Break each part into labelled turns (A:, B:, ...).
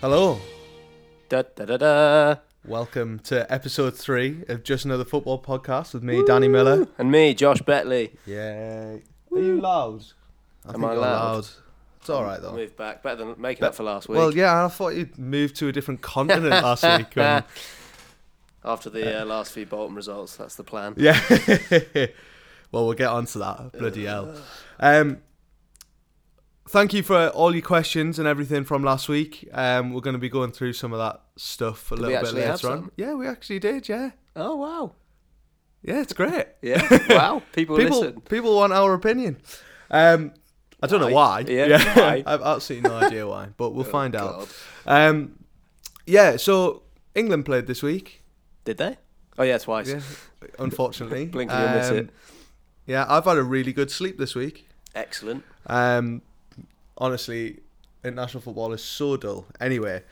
A: Hello.
B: Da da da da.
A: Welcome to episode three of Just Another Football Podcast with me, Danny Miller.
B: And me, Josh Betley.
A: Yay. Are you loud? I
B: Am I
A: you're
B: loud?
A: It's all right though.
B: Move back. Better than making up for last week.
A: Well, yeah, I thought you'd moved to a different continent last week. um,
B: After the uh, last few Bolton results, that's the plan.
A: yeah. well, we'll get on to that. Bloody hell. Um, thank you for all your questions and everything from last week. Um, we're going to be going through some of that stuff a
B: we
A: little bit
B: actually
A: later
B: have
A: on.
B: some?
A: Yeah, we actually did. Yeah.
B: Oh wow.
A: Yeah, it's great.
B: Yeah. Wow. People,
A: people
B: listen.
A: people want our opinion. Um, I don't know
B: Why?
A: why.
B: Yeah, why? Oh,
A: I've absolutely no idea why, but we'll find
B: God.
A: out. Um, yeah, so England played this week.
B: Did they? Oh yeah, twice.
A: Yeah, unfortunately. Um,
B: Blink and you'll miss it.
A: Yeah, I've had a really good sleep this week.
B: Excellent.
A: Um, honestly, international football is so dull. Anyway,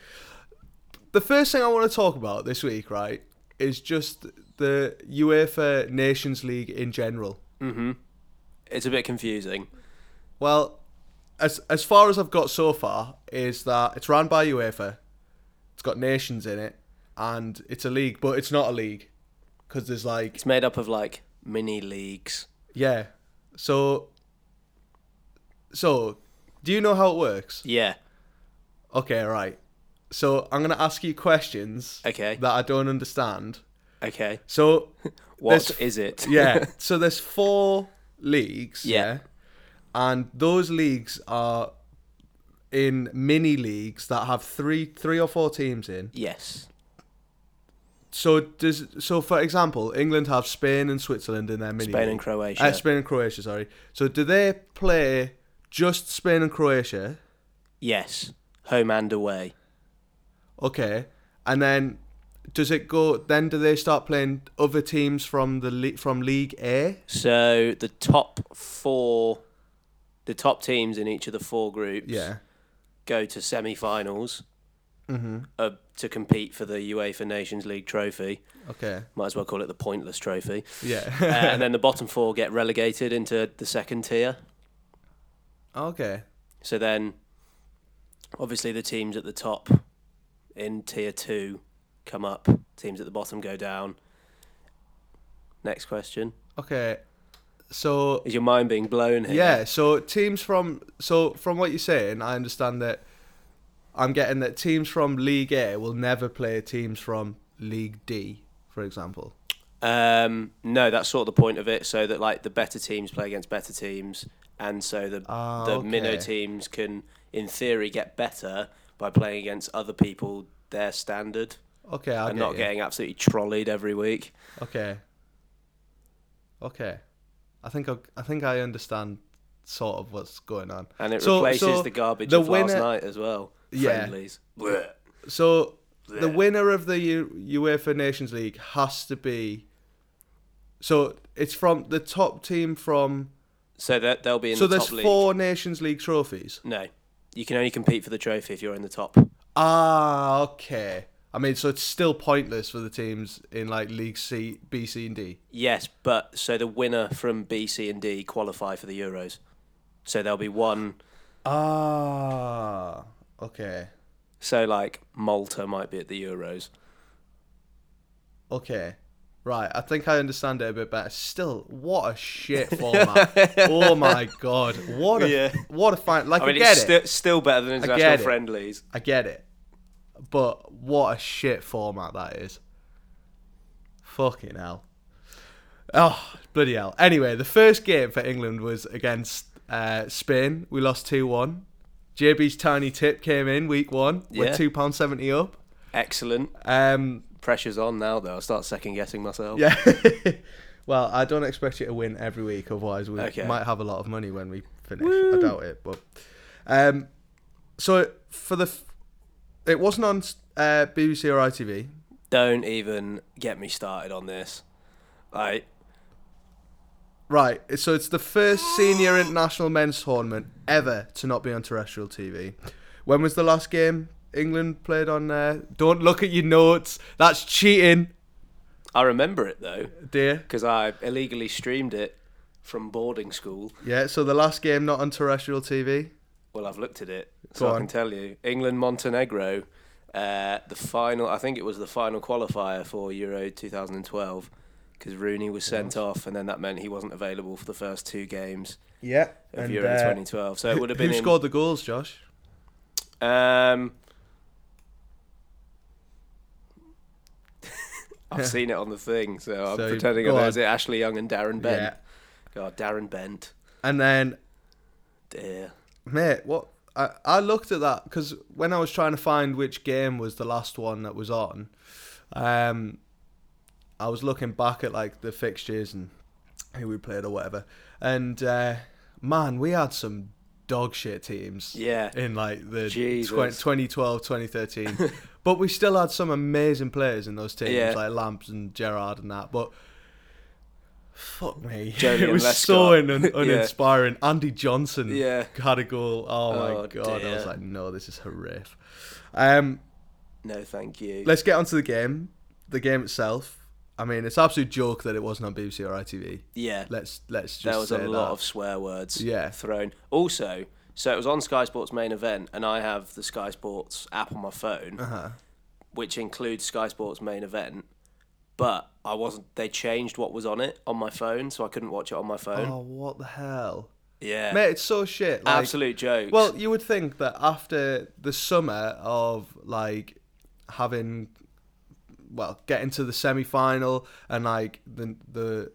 A: the first thing I want to talk about this week, right, is just the UEFA Nations League in general.
B: Mm-hmm. It's a bit confusing.
A: Well, as as far as I've got so far is that it's run by UEFA. It's got nations in it, and it's a league, but it's not a league because there's like
B: It's made up of like mini leagues.
A: yeah. So, so do you know how it works?
B: Yeah.
A: Okay, right. So I'm gonna ask you questions
B: Okay.
A: that I don't understand.
B: Okay.
A: So
B: What is
A: There's-
B: it?
A: yeah, so there's four leagues.
B: Yeah.
A: yeah, and those leagues are in mini leagues that have three, three or four teams in.
B: yes.
A: So does so for example, England have Spain and Switzerland in their mini.
B: Spain
A: league.
B: and Croatia.
A: Uh, Spain and Croatia, sorry. So do they play just Spain and Croatia?
B: yes. Home and away.
A: Okay, and then does it go? Then do they start playing other teams from the le- from League A?
B: So the top four, the top teams in each of the four groups.
A: Yeah.
B: go to semi-finals uh, to compete for the UEFA Nations League trophy.
A: Okay.
B: Might as well call it the pointless trophy. Uh,
A: Yeah.
B: and then the bottom four get relegated into the second tier.
A: okay.
B: So then, obviously, the teams at the top in tier two come up. Teams at the bottom go down. Next question:
A: Okay. So
B: Is your mind being blown here?
A: yeah, so teams from so from what you're saying, I understand that I'm getting that teams from League A will never play teams from League D, for example.
B: Um, no, that's sort of the point of it, so that like the better teams play against better teams, and so the
A: Ah,
B: the
A: okay.
B: minnow teams can, in theory, get better by playing against other people their standard
A: Okay, I
B: and
A: get
B: not
A: you.
B: getting absolutely trolleyed every week.
A: Okay. Okay. I think I, I think I understand sort of what's going on.
B: And it
A: So-
B: replaces
A: so
B: the garbage
A: the
B: of last
A: winner-
B: night as well.
A: Yeah.
B: Friendlies. Blech.
A: So the
B: Yeah.
A: winner of the U- UEFA Nations League has to be so it's from the top team from
B: So that they'll be in
A: so
B: the
A: there's
B: top league.
A: four Nations League trophies.
B: No, you can only compete for the trophy if you're in the top.
A: Ah, okay. I mean, so it's still pointless for the teams in like League C, B, C, and D.
B: Yes, but so the winner from B, C, and D qualify for the Euros. So there'll be one.
A: Ah, okay,
B: So like Malta might be at the Euros.
A: okay, right. I think I understand it a bit better. Still, what a shit format. oh my god, what a
B: Yeah.
A: what a fine. Like I,
B: I mean,
A: get
B: it's
A: it,
B: sti- still better than
A: get
B: international
A: it.
B: friendlies.
A: I get it, but what a shit format that is. Fucking hell. Oh bloody hell! Anyway, the first game for England was against uh, Spain. We lost two one. JB's tiny tip came in week one. We're
B: Yeah.
A: two pound seventy up.
B: Excellent.
A: Um,
B: Pressure's on now, though. I'll start second guessing myself.
A: yeah. well, I don't expect you to win every week. Otherwise, we
B: Okay.
A: might have a lot of money when we finish. I doubt it, but um, so for the f- it wasn't on uh, BBC or ITV.
B: Don't even get me started on this. Like,
A: Right, so it's the first senior international men's tournament ever to not be on terrestrial TV. When was the last game England played on? Uh, don't look at your notes. That's cheating,
B: I remember it though
A: dear.
B: because I illegally streamed it from boarding school.
A: Yeah. So the last game not on terrestrial TV.
B: Well, I've looked at it,
A: Go
B: so I
A: on.
B: can tell you. England Montenegro Uh, the final, I think it was the final qualifier for Euro 2012, because Rooney was sent off, and then that meant he wasn't available for the first two games
A: Yeah.
B: of
A: And,
B: Euro
A: uh,
B: 2012. So it
A: who-
B: would have been
A: who
B: in-
A: scored the goals, Josh?
B: Um, I've seen it on the thing, so I'm
A: So,
B: pretending
A: go
B: I
A: on.
B: was it Ashley Young and Darren Bent.
A: Yeah.
B: God, Darren Bent,
A: And then
B: dear.
A: Mate, what I, I looked at that because when I was trying to find which game was the last one that was on, um, I was looking back at like the fixtures and who we played or whatever, and uh, man, we had some dog shit teams.
B: Yeah.
A: In like the
B: Jesus.
A: 20, 2012, 2013. but we still had some amazing players in those teams,
B: Yeah.
A: like Lamps and Gerard and that. But fuck me.
B: Jolly
A: it
B: and
A: was
B: Lescott.
A: so un- un-
B: Yeah.
A: uninspiring. Andy Johnson
B: Yeah.
A: had a goal. Oh, my
B: Oh,
A: god! I was
B: dear.
A: like, no, this is horrific. Um,
B: No, thank you.
A: let's get onto the game. The game itself. I mean, it's an absolute joke that it wasn't on BBC or ITV.
B: yeah,
A: Let's let's just
B: there was a
A: say
B: lot
A: that.
B: of swear words
A: Yeah.
B: thrown. Also, so it was on Sky Sports main event, and I have the Sky Sports app on my phone,
A: Uh-huh.
B: which includes Sky Sports main event. But I wasn't. They changed what was on it on my phone, so I couldn't watch it on my phone.
A: Oh, what the hell,
B: yeah,
A: mate! It's so shit. Like,
B: absolute jokes.
A: Well, you would think that after the summer of like having, well, getting to the semi final and like the the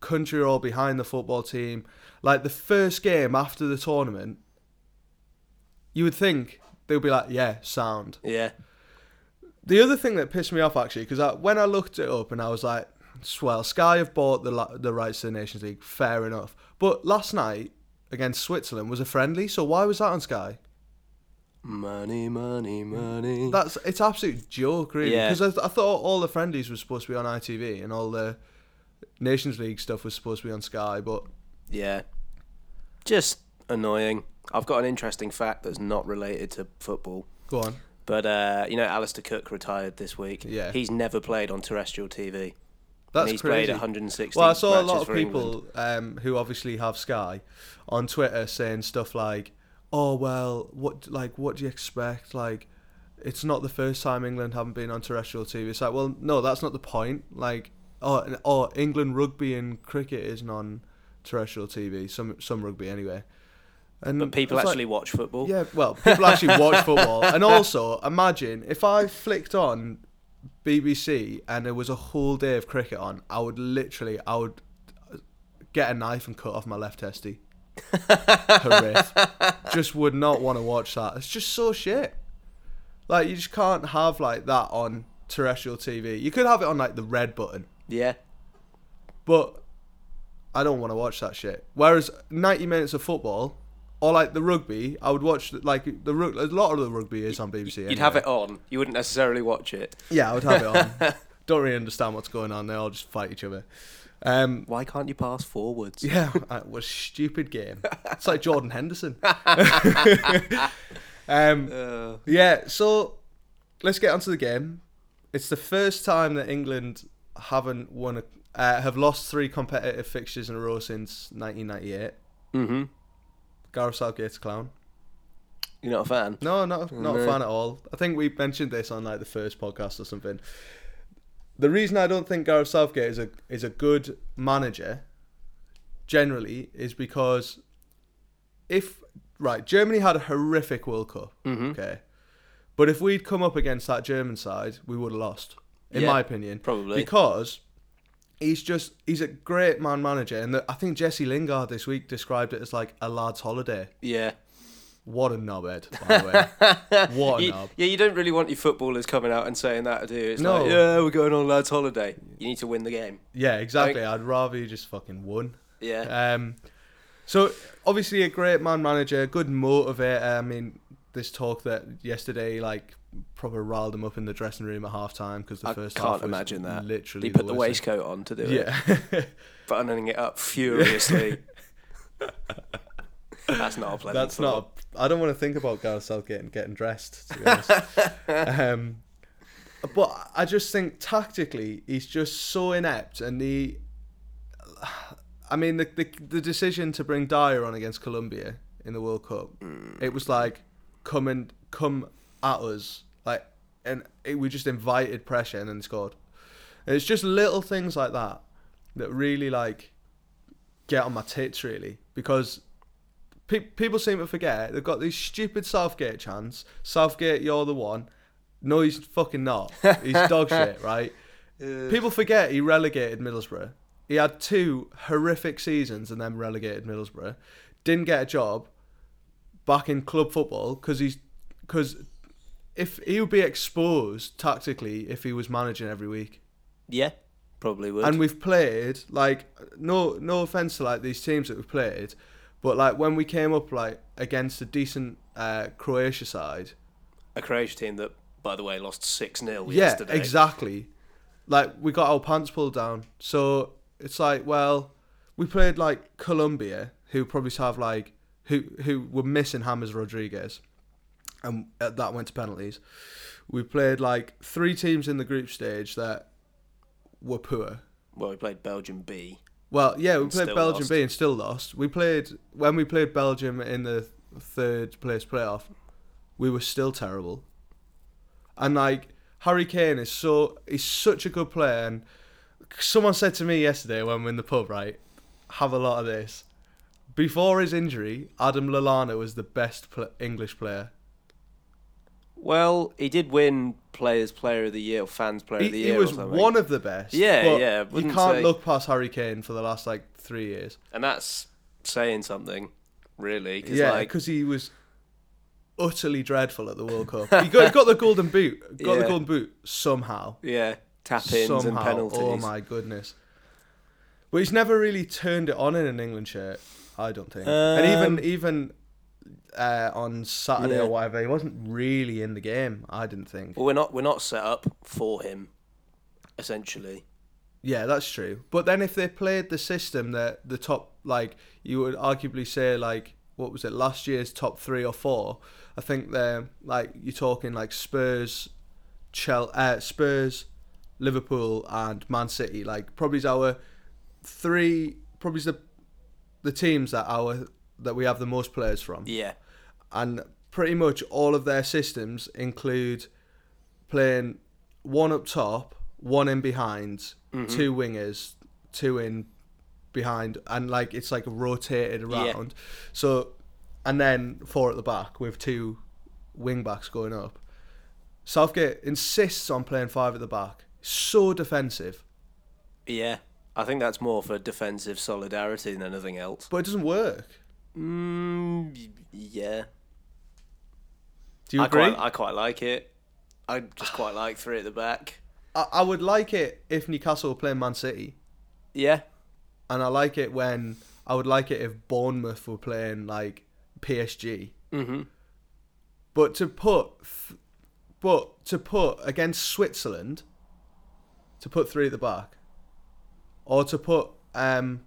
A: country are all behind the football team, like the first game after the tournament, you would think they'll be like, yeah, sound.
B: yeah,
A: The other thing that pissed me off actually, because I, when I looked it up and I was like, swell, Sky have bought the li- the rights to the Nations League, fair enough. But last night against Switzerland was a friendly, so why was that on Sky?
B: money, money, money.
A: That's it's absolute joke, really.
B: Yeah.
A: Because I, th- I thought all the friendlies were supposed to be on ITV and all the Nations League stuff was supposed to be on Sky, but
B: yeah, just annoying. I've got an interesting fact that's not related to football,
A: go on.
B: but uh, you know, Alistair Cook retired this week.
A: Yeah.
B: he's never played on terrestrial TV.
A: That's
B: and he's played
A: crazy.
B: 160.
A: Well, I saw a
B: matches
A: lot of
B: for England.
A: people um, who obviously have Sky on Twitter saying stuff like, "Oh well, what like what do you expect? Like, it's not the first time England haven't been on terrestrial TV." It's like, well, no, that's not the point. Like, oh, and- oh, England rugby and cricket isn't on terrestrial TV. Some some rugby anyway. And
B: But people
A: it's like-
B: actually watch football.
A: yeah, well, people actually watch football. And also, imagine if I flicked on BBC and there was a whole day of cricket on, I would literally, I would get a knife and cut off my left testy. Horrific. Just would not want to watch that. It's just so shit. Like, you just can't have like that on terrestrial TV. You could have it on like the red button,
B: yeah,
A: but I don't want to watch that shit. Whereas 90 minutes of football or like the rugby, I would watch like the rug- a lot of the rugby is on BBC.
B: you'd have it on. You wouldn't necessarily watch it.
A: Yeah, I would have it on. don't really understand what's going on. They all just fight each other. Um,
B: Why can't you pass forwards?
A: yeah, it was a stupid game. It's like Jordan Henderson. um,
B: Uh,
A: Yeah, so let's get onto the game. It's the first time that England haven't won a, uh, have lost three competitive fixtures in a row since 1998.
B: mhm.
A: Gareth Southgate's a clown.
B: You're not a fan.
A: No, not not a
B: No.
A: fan at all. I think we mentioned this on like the first podcast or something. The reason I don't think Gareth Southgate is a is a good manager generally is because if right, Germany had a horrific World Cup,
B: Mm-hmm.
A: okay, but if we'd come up against that German side, we would have lost, in
B: Yeah,
A: my opinion,
B: probably.
A: because. He's just, he's a great man manager. And the, I think Jesse Lingard this week described it as like a lad's holiday.
B: Yeah.
A: What a knobhead, by the way. What a
B: You,
A: knob.
B: yeah, you don't really want your footballers coming out and saying that, do you? It's
A: No.
B: like, yeah, we're going on lads' holiday. You need to win the game.
A: Yeah, exactly. I'd rather you just fucking won.
B: Yeah.
A: Um, so obviously a great man manager, good motivator. I mean, this talk that yesterday like probably riled him up in the dressing room at half time because the
B: I
A: first half
B: can't
A: was
B: imagine that.
A: Literally,
B: He put the
A: worst
B: waistcoat on to do
A: thing-
B: it,
A: Yeah,
B: buttoning it up furiously. That's not a pleasant
A: that's
B: thought.
A: not. I I don't want to think about Gareth Southgate and getting dressed. To be honest, um, but I just think tactically he's just so inept, and he. I mean, the the, the decision to bring Dyer on against Colombia in the World Cup, it was like come and come at us like and it, we just invited pressure and then scored. And it's just little things like that that really like get on my tits really because pe- people seem to forget they've got these stupid Southgate chants. Southgate, you're the one. No, he's fucking not. He's dog shit, right? People forget he relegated Middlesbrough. He had two horrific seasons and then relegated Middlesbrough. Didn't get a job back in club football because he's because if he would be exposed tactically if he was managing every week.
B: Yeah, probably would.
A: And we've played like no no offense to like these teams that we've played, but like when we came up like against a decent uh, Croatia side.
B: a Croatia team that, by the way, lost 6 0
A: Yeah,
B: yesterday.
A: exactly. Like we got our pants pulled down. So it's like, well, we played like Colombia, who probably have like who who were missing Hammers Rodriguez, and uh, that went to penalties. We played like three teams in the group stage that were poor.
B: Well, we played Belgium B.
A: Well, yeah, we played
B: still
A: Belgium
B: lost.
A: B and still lost. We played when we played Belgium in the third place playoff, we were still terrible. And like Harry Kane is so he's such a good player and someone said to me yesterday when we were in the pub, right, have a lot of this. Before his injury, Adam Lallana was the best pl- English player.
B: Well, he did win Players Player of the Year or Fans Player
A: He,
B: of the
A: he
B: Year.
A: was
B: or something.
A: one of the best.
B: Yeah,
A: but
B: yeah, I
A: You
B: wouldn't
A: can't
B: say-
A: look past Harry Kane for the last like three years.
B: and that's saying something, really. Cause
A: Yeah,
B: like,
A: because he was utterly dreadful at the World Cup. He got, he got the golden boot. Got the
B: Yeah.
A: golden boot somehow.
B: yeah, tap ins
A: Somehow.
B: and penalties.
A: Oh my goodness. But he's never really turned it on in an England shirt, I don't think. and even even uh, on Saturday
B: Um, Yeah.
A: or whatever, he wasn't really in the game, I didn't think.
B: Well, we're not we're not set up for him, essentially.
A: Yeah, that's true. But then if they played the system that the top, like you would arguably say, like what was it last year's top three or four? I think they're like you're talking like Spurs, Chel, uh, Spurs, Liverpool, and Man City. Like probably is our three, probably is the the teams that our that we have the most players from
B: Yeah,
A: and pretty much all of their systems include playing one up top, one in behind,
B: Mm-hmm.
A: two wingers, two in behind, and like it's like rotated around. So, and then four at the back with two wing backs going up. Southgate insists on playing five at the back. So defensive,
B: yeah. I think that's more for defensive solidarity than anything else.
A: but it doesn't work.
B: Mm, y- yeah,
A: Do you
B: I
A: agree?
B: quite I quite like it. I just quite like three at the back.
A: I, I would like it if Newcastle were playing Man City.
B: Yeah,
A: and I like it when I would like it if Bournemouth were playing like PSG.
B: Mhm.
A: But to put, th- but to put against Switzerland, to put three at the back, or to put um,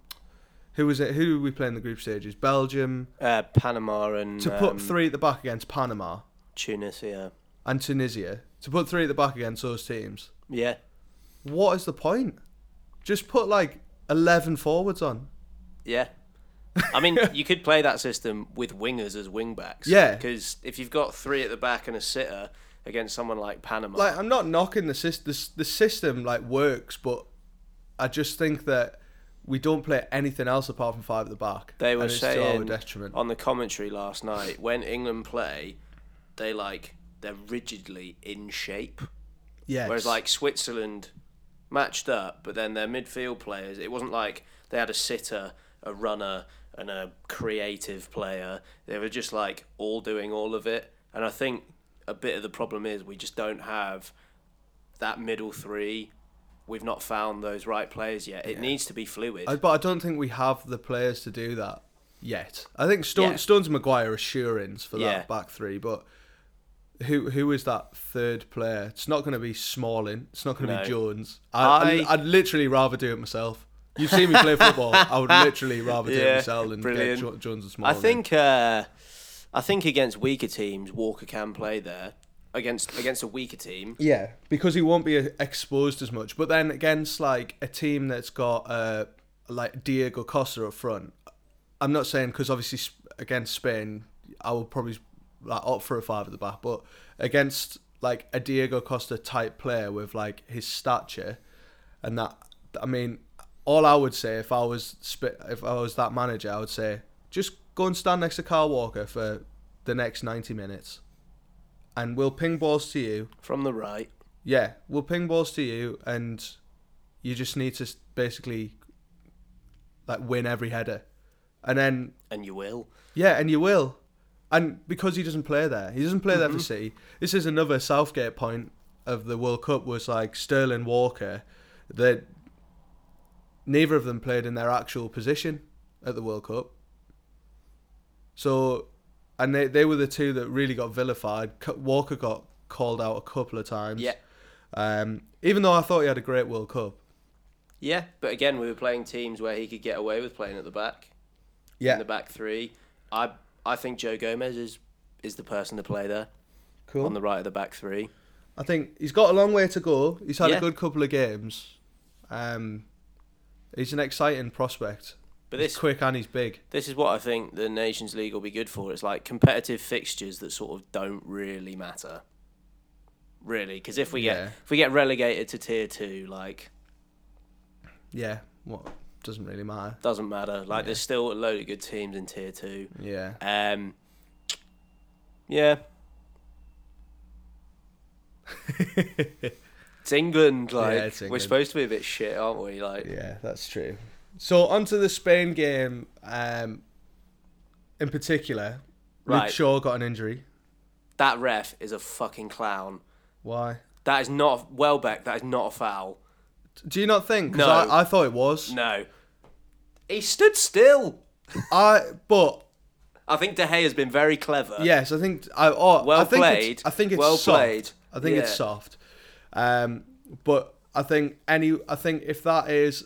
A: who was it? Who did we play in the group stages? Belgium.
B: uh, Panama and
A: To put
B: um,
A: three at the back against Panama
B: Tunis. Yeah,
A: and Tunisia. To put three at the back against those teams.
B: yeah.
A: What is the point? Just put like eleven forwards on.
B: Yeah. I mean, you could play that system with wingers as wing backs.
A: Yeah.
B: Because if you've got three at the back and a sitter against someone like Panama,
A: like I'm not knocking the system. The system like works, but I just think that we don't play anything else apart from five at the back.
B: they
A: and
B: were
A: it's to our
B: saying
A: detriment.
B: on the commentary last night when England play, they like they're rigidly in shape.
A: Yeah,
B: Whereas like Switzerland matched up, but then their midfield players, it wasn't like they had a sitter, a runner, and a creative player. They were just like all doing all of it. And I think a bit of the problem is we just don't have that middle three. We've not found those right players yet. It needs to be fluid.
A: I, but I don't think we have the players to do that yet. I think Stone,
B: Yeah.
A: Stones and Maguire are sure ins for that
B: Yeah.
A: back three, but who who is that third player? It's not going to be Smalling. It's not going to
B: No.
A: be Jones. I, I,
B: I-
A: I'd literally rather do it myself. You've seen me play football. I would literally rather do it
B: Yeah,
A: myself than get
B: brilliant.
A: Jo- Jones and
B: I
A: Smalling. in.
B: think uh, I think against weaker teams, Walker can play there. Against against a weaker team,
A: Yeah, because he won't be uh, exposed as much. But then against like a team that's got uh, like Diego Costa up front, I'm not saying because obviously Sp- against Spain, I will probably like opt for a five at the back. But against like a Diego Costa type player with like his stature, and that I mean, all I would say if I was sp- if I was that manager, I would say just go and stand next to Carl Walker for the next ninety minutes, and we'll ping balls to you.
B: From the right.
A: Yeah, we'll ping balls to you, and you just need to s- basically like win every header, and then
B: And you will.
A: yeah, and you will. And because he doesn't play there, he doesn't play there for City. This is another Southgate point of the World Cup was like Sterling Walker, that neither of them played in their actual position at the World Cup. So, and they, they were the two that really got vilified. C- Walker got called out a couple of times.
B: Yeah.
A: Um, even though I thought he had a great World Cup.
B: Yeah, but again, we were playing teams where he could get away with playing at the back. In
A: Yeah.
B: the back three. I I think Joe Gomez is is the person to play there
A: Cool.
B: on the right of the back three.
A: I think he's got a long way to go. He's had
B: Yeah.
A: a good couple of games. Um, he's an exciting prospect.
B: But
A: he's
B: this
A: quick and he's big.
B: this is what I think the Nations League will be good for. It's like competitive fixtures that sort of don't really matter. Really, because if we get
A: Yeah.
B: if we get relegated to tier two, like
A: Yeah, what doesn't really matter.
B: doesn't matter. Like there's still a load of good teams in tier two.
A: Yeah,
B: Um, yeah. it's England, like
A: it's
B: we're
A: England.
B: supposed to be a bit shit, aren't we? Like,
A: yeah, that's true. So on to the Spain game. Um, in particular,
B: Right.
A: Luke Shaw got an injury.
B: that ref is a fucking clown.
A: Why?
B: That is not Welbeck. That is not a foul.
A: Do you not think? 'Cause
B: No.
A: I, I thought it was.
B: No, he stood still.
A: I but
B: I think De Gea has been very clever.
A: Yes, I think I. Oh,
B: Well
A: I think it's-
B: played.
A: I think it's
B: Well
A: soft.
B: played.
A: I think it's
B: Yeah.
A: soft. Um, but I think any. I think if that is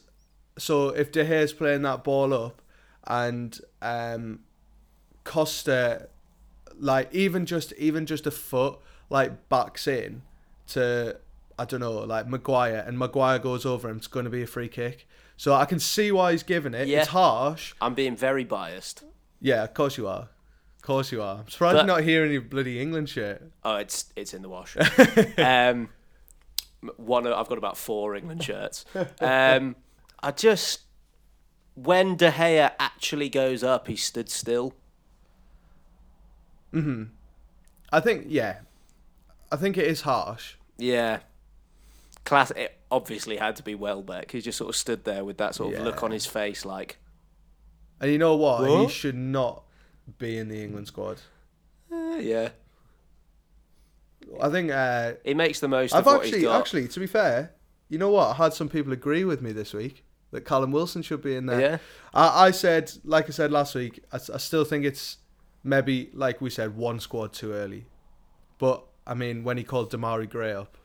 A: so, if De Gea's playing that ball up, and um, Costa, like even just even just a foot, like backs in to I don't know, like Maguire, and Maguire goes over him. It's going to be a free kick. So I can see why he's giving it.
B: Yeah.
A: It's harsh.
B: I'm being very biased.
A: Yeah, of course you are. Of course you are. I'm surprised
B: But-
A: you're not hearing your bloody England shit.
B: Oh, it's it's in the wash. um, m- one of- I've got about four England shirts. Um, I just when De Gea actually goes up, he stood still.
A: I think yeah, I think it is harsh.
B: Yeah, class. It obviously had to be Welbeck. He just sort of stood there with that sort of look
A: Yeah.
B: on his face, like
A: And you know what? He
B: What?
A: should not be in the England squad.
B: eh, yeah.
A: I think uh,
B: He makes the most
A: I've
B: of what he's
A: actually
B: got.
A: actually to be fair, you know what? I had some people agree with me this week that Callum Wilson should be in there.
B: Yeah.
A: I, I said like I said last week, I, s- I still think it's maybe like we said one squad too early, but I mean when he called Damari Gray up,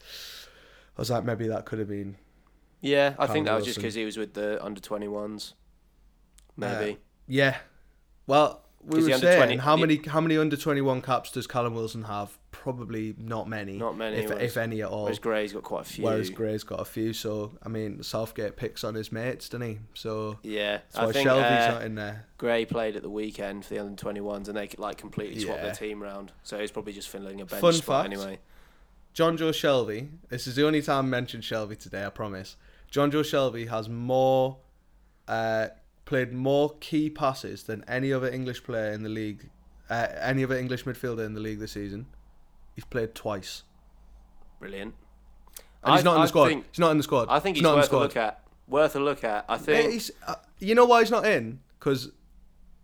A: I was like maybe that could have been
B: yeah, I
A: Callum
B: think that was just
A: Wilson.
B: because he was with the under twenty ones. Maybe
A: Yeah. Well, we
B: 'Cause
A: were
B: the under
A: saying
B: 20
A: how
B: the-
A: many how many under twenty one caps does Callum Wilson have? Probably not many.
B: Not many,
A: if,
B: whereas-
A: if any at all.
B: whereas Gray's got quite a few.
A: Whereas Gray's got a few, so I mean Southgate picks on his mates, doesn't he? So
B: yeah,
A: that's why
B: I think
A: Shelby's
B: uh,
A: not in there.
B: Gray played at the weekend for the under 21s, and they like completely swapped
A: Yeah.
B: their team round. So he's probably just filling a bench
A: Fun
B: spot
A: fact.
B: anyway.
A: John Joe Shelby. This is the only time I mentioned Shelby today. I promise. John Joe Shelby has more uh, played more key passes than any other English player in the league, uh, any other English midfielder in the league this season. He's played twice.
B: Brilliant.
A: And he's
B: I-
A: not in
B: I
A: the squad.
B: Think,
A: he's not in the squad.
B: I think he's
A: not
B: worth a look at. Worth a look at. I
A: Eh,
B: think.
A: he's- uh, you know why he's not in? Because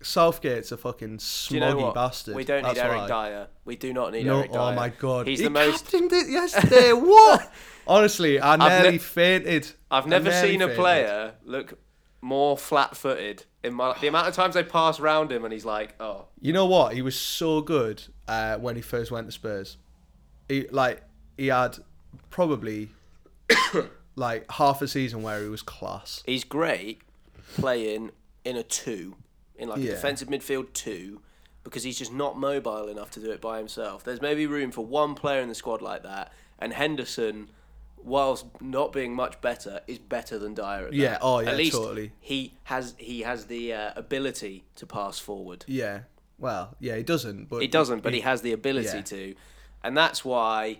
A: Southgate's a fucking smoggy
B: do you know what?
A: bastard.
B: We don't
A: That's
B: need Eric
A: why.
B: Dyer. We do not need
A: No,
B: Eric Dyer.
A: oh my god,
B: He's
A: he
B: the most.
A: captained it yesterday. what? Honestly, I
B: ne-
A: nearly fainted.
B: I've
A: I
B: never
A: nearly
B: seen a
A: fainted.
B: player look more flat-footed in my. The amount of times they pass round him, and he's like, "Oh,
A: You know what? He was so good uh, when he first went to Spurs. He like he had probably like half a season where he was class.
B: he's great playing in a two, in like
A: Yeah.
B: a defensive midfield two, because he's just not mobile enough to do it by himself. There's maybe room for one player in the squad like that, and Henderson, whilst not being much better, is better than Dyer. At that.
A: Yeah, oh, yeah,
B: at least
A: totally.
B: He has he has the uh, ability to pass forward.
A: Yeah. Well, yeah, he doesn't. But
B: He doesn't, but he has the ability
A: Yeah.
B: to. and that's why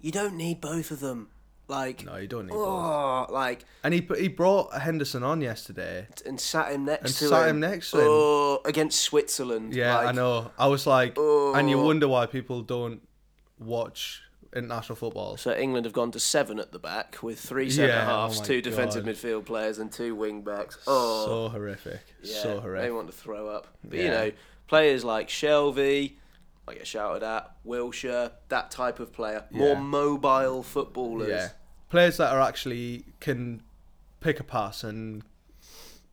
B: you don't need both of them. Like,
A: No, you don't need both.
B: oh, like
A: And he put- he brought Henderson on yesterday.
B: and sat him next
A: And
B: to
A: sat
B: him.
A: him next to him.
B: Oh, against Switzerland.
A: Yeah, I
B: like, oh.
A: know. I was like, and you wonder why people don't watch international football.
B: So England have gone to seven at the back with three centre
A: Yeah, oh
B: halves,
A: my
B: two defensive
A: God.
B: midfield players, and two wing backs. Oh,
A: So horrific.
B: yeah,
A: so
B: They
A: horrific.
B: want to throw up. But you
A: Yeah.
B: know, players like Shelby, I get shouted at, Wilshire, that type of player, more
A: Yeah.
B: mobile footballers.
A: Yeah. Players that are actually can pick a pass and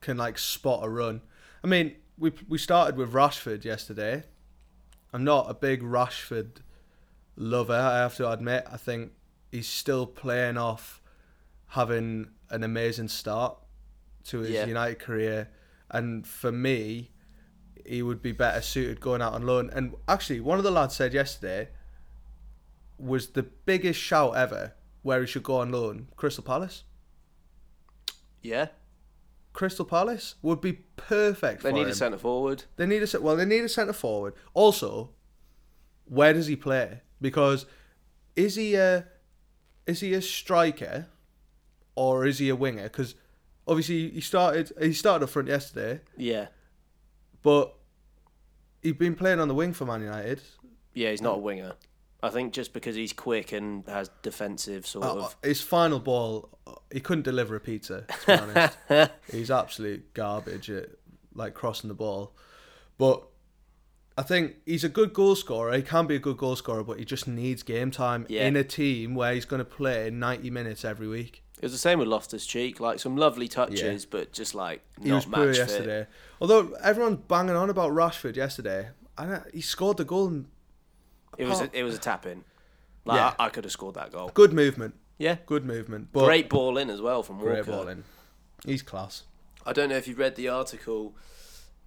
A: can like spot a run. I mean, we we started with Rashford yesterday. I'm not a big Rashford lover, I have to admit. I think he's still playing off having an amazing start to his
B: Yeah.
A: United career. And for me, he would be better suited going out on loan. And actually, one of the lads said yesterday was the biggest shout ever where he should go on loan. Crystal Palace.
B: Yeah,
A: Crystal Palace would be perfect
B: they
A: for
B: need
A: him.
B: a centre forward.
A: They need a cent- well. They need a centre forward. Also, where does he play? Because is he a is he a striker or is he a winger? Because obviously he started he started up front yesterday,
B: Yeah,
A: but he'd been playing on the wing for Man United.
B: yeah, he's not a
A: Um,
B: winger. I think just because he's quick and has defensive sort
A: Uh,
B: of.
A: His final ball, uh, he couldn't deliver a pizza. To be honest, he's absolute garbage at like crossing the ball. But I think he's a good goal scorer. He can be a good goal scorer, but he just needs game time
B: Yeah.
A: in a team where he's going to play 90 minutes every week.
B: It was the same with Loftus Cheek, like some lovely touches, but just like not
A: He was
B: match
A: poor
B: fit.
A: yesterday. Although everyone's banging on about Rashford yesterday, and uh, he scored the goal. And
B: It was a, it was a tap in. Like
A: Yeah.
B: I, I could have scored that goal.
A: good movement,
B: Yeah,
A: good movement. But
B: great ball in as well from Walker.
A: great ball in. He's class.
B: I don't know if you read the article,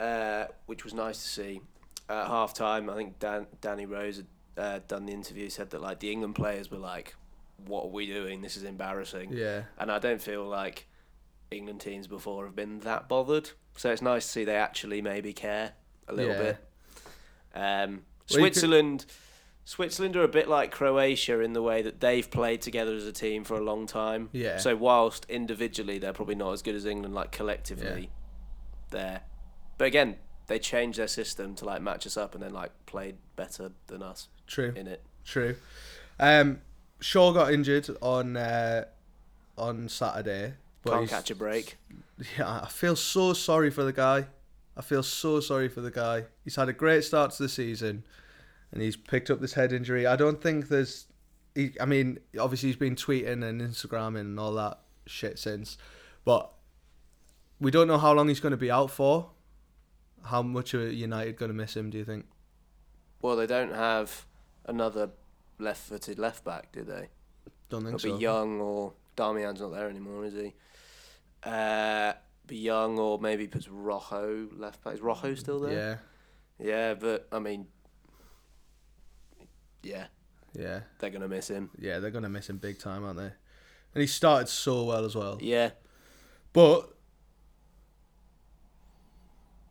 B: uh, which was nice to see. At half time, I think Dan, Danny Rose had uh, done the interview, said that like the England players were like, "What are we doing? This is embarrassing."
A: Yeah.
B: And I don't feel like England teams before have been that bothered. So it's nice to see they actually maybe care a little
A: Yeah.
B: bit. Um,
A: Well, you could-
B: Switzerland, Switzerland are a bit like Croatia in the way that they've played together as a team for a long time.
A: Yeah.
B: So whilst individually they're probably not as good as England, like collectively, they're. But again, they changed their system to like match us up, and then like played better than us
A: True.
B: in it.
A: True. Um, Shaw got injured on uh, on Saturday. But
B: Can't
A: he's-
B: catch a break.
A: Yeah, I feel so sorry for the guy. I feel so sorry for the guy. He's had a great start to the season, and he's picked up this head injury. I don't think there's. He, I mean, obviously he's been tweeting and Instagramming and all that shit since, but we don't know how long he's going to be out for. How much are United going to miss him? Do you think?
B: Well, they don't have another left-footed left back, do they?
A: Don't think
B: It'll
A: so.
B: be Young or Damian's not there anymore, is he? Uh, be Young or maybe puts Rojo left back. Is Rojo still there?
A: Yeah,
B: Yeah. but I mean, yeah,
A: yeah.
B: they're gonna miss him.
A: Yeah, they're gonna miss him big time, aren't they? And he started so well as well.
B: Yeah,
A: But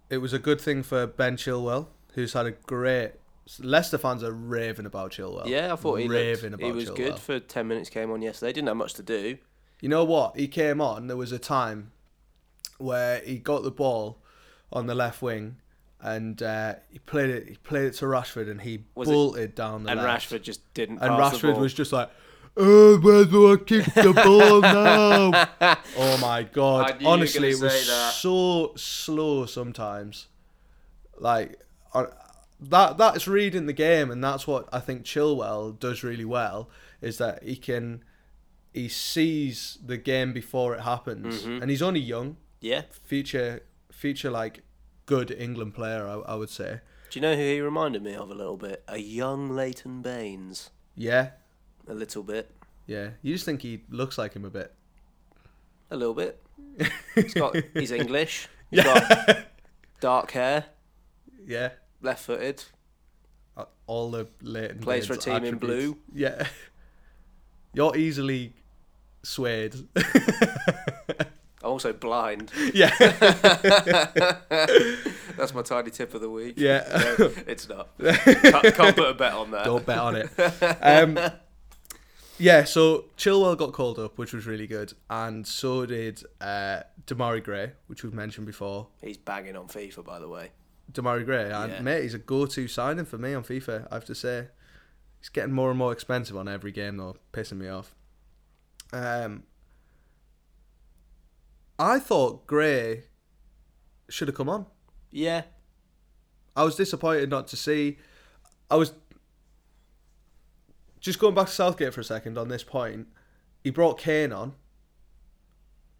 A: it was a good thing for Ben Chilwell, who's had a great. Leicester fans are raving about Chilwell.
B: yeah. I thought he
A: raving
B: looked,
A: about
B: he was
A: Chilwell.
B: good for ten minutes. Came on yesterday. Didn't have much to do.
A: You know what? He came on. There was a time where he got the ball on the left wing, and uh, he played it. He played it to Rashford, and he
B: Was it-
A: bolted down the
B: And
A: left.
B: Rashford just didn't.
A: and
B: pass the
A: Rashford
B: ball.
A: was just like, "Oh, where do I kick the ball now?" oh my
B: I
A: god!
B: knew you were
A: Honestly,
B: gonna
A: it was
B: say that.
A: so slow sometimes. Like I, that. That's reading the game, and that's what I think Chilwell does really well. Is that he can, he sees the game before it happens,
B: Mm-hmm.
A: and he's only young,
B: yeah.
A: future, future like good England player. I, I would say,
B: Do you know who he reminded me of a little bit? A young Leighton Baines.
A: yeah,
B: A little bit.
A: yeah. You just think he looks like him a bit.
B: A little bit. He's got he's English. He's got dark hair,
A: Yeah.
B: left footed.
A: all the Leighton
B: Plays for a
A: Baines
B: team in blue.
A: Yeah, you're easily swayed.
B: Also blind.
A: yeah,
B: That's my tiny tip of the week.
A: Yeah.
B: No, it's not. Can't, can't put a bet on that.
A: Don't bet on it. Um, yeah, so Chilwell got called up, which was really good, and so did uh, Damari Gray, which we've mentioned before.
B: He's banging on FIFA, by the way.
A: Damari Gray, and
B: Yeah.
A: mate, he's a go-to signing for me on FIFA. I have to say, he's getting more and more expensive on every game, though, pissing me off. Um, I thought Gray should have come on.
B: Yeah.
A: I was disappointed not to see. I was just going back to Southgate for a second on this point. He brought Kane on.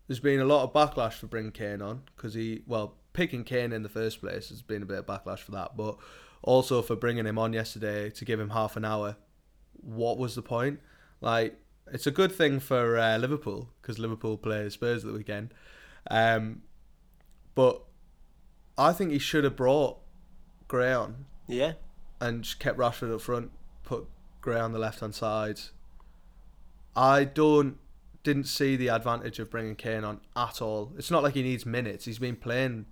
A: There's been a lot of backlash for bringing Kane on because he, well, picking Kane in the first place has been a bit of backlash for that, but also for bringing him on yesterday to give him half an hour. What was the point? Like, it's a good thing for uh, Liverpool because Liverpool play Spurs at the weekend. Um, but I think he should have brought Gray on
B: Yeah.
A: and just kept Rashford up front, put Gray on the left hand side. I don't didn't see the advantage of bringing Kane on at all. It's not like he needs minutes. He's been playing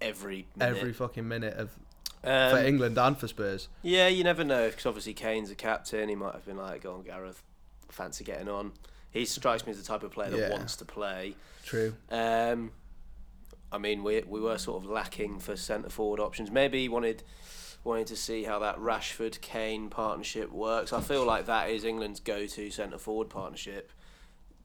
B: Every minute.
A: every fucking minute of
B: Um,
A: for England and for Spurs.
B: Yeah, you never know because obviously Kane's a captain. He might have been like, "Go on, Gareth, fancy getting on." He strikes me as the type of player that
A: Yeah.
B: wants to play.
A: True.
B: Um, I mean, we we were sort of lacking for centre forward options. Maybe he wanted wanted to see how that Rashford Kane partnership works. I feel like that is England's go to centre forward partnership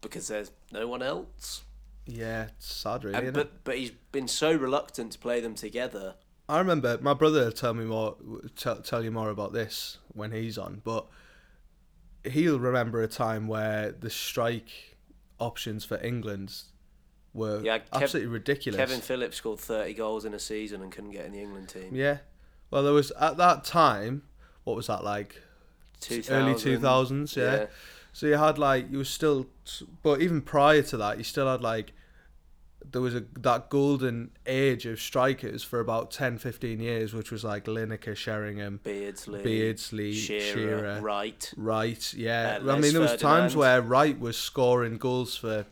B: because there's no one else.
A: Yeah, it's sad really.
B: And,
A: innit?
B: Uh, but but he's been so reluctant to play them together.
A: I remember my brother tell me more, tell, tell you more about this when he's on, but he'll remember a time where the strike options for England were
B: Yeah, Kev-
A: absolutely ridiculous.
B: Kevin Phillips scored 30 goals in a season and couldn't get in the England team.
A: Yeah. Well, there was at that time. What was that like? Early two
B: 2000.
A: thousands. Yeah.
B: Yeah.
A: So you had like you were still, but even prior to that, you still had like there was a that golden age of strikers for about 10, 15 years, which was like Lineker, Sheringham,
B: Beardsley,
A: Beardsley,
B: Shearer,
A: Shearer,
B: Wright.
A: Wright. Yeah.
B: Uh,
A: I mean, there was
B: Les
A: times
B: Ferdinand.
A: where Wright was scoring goals for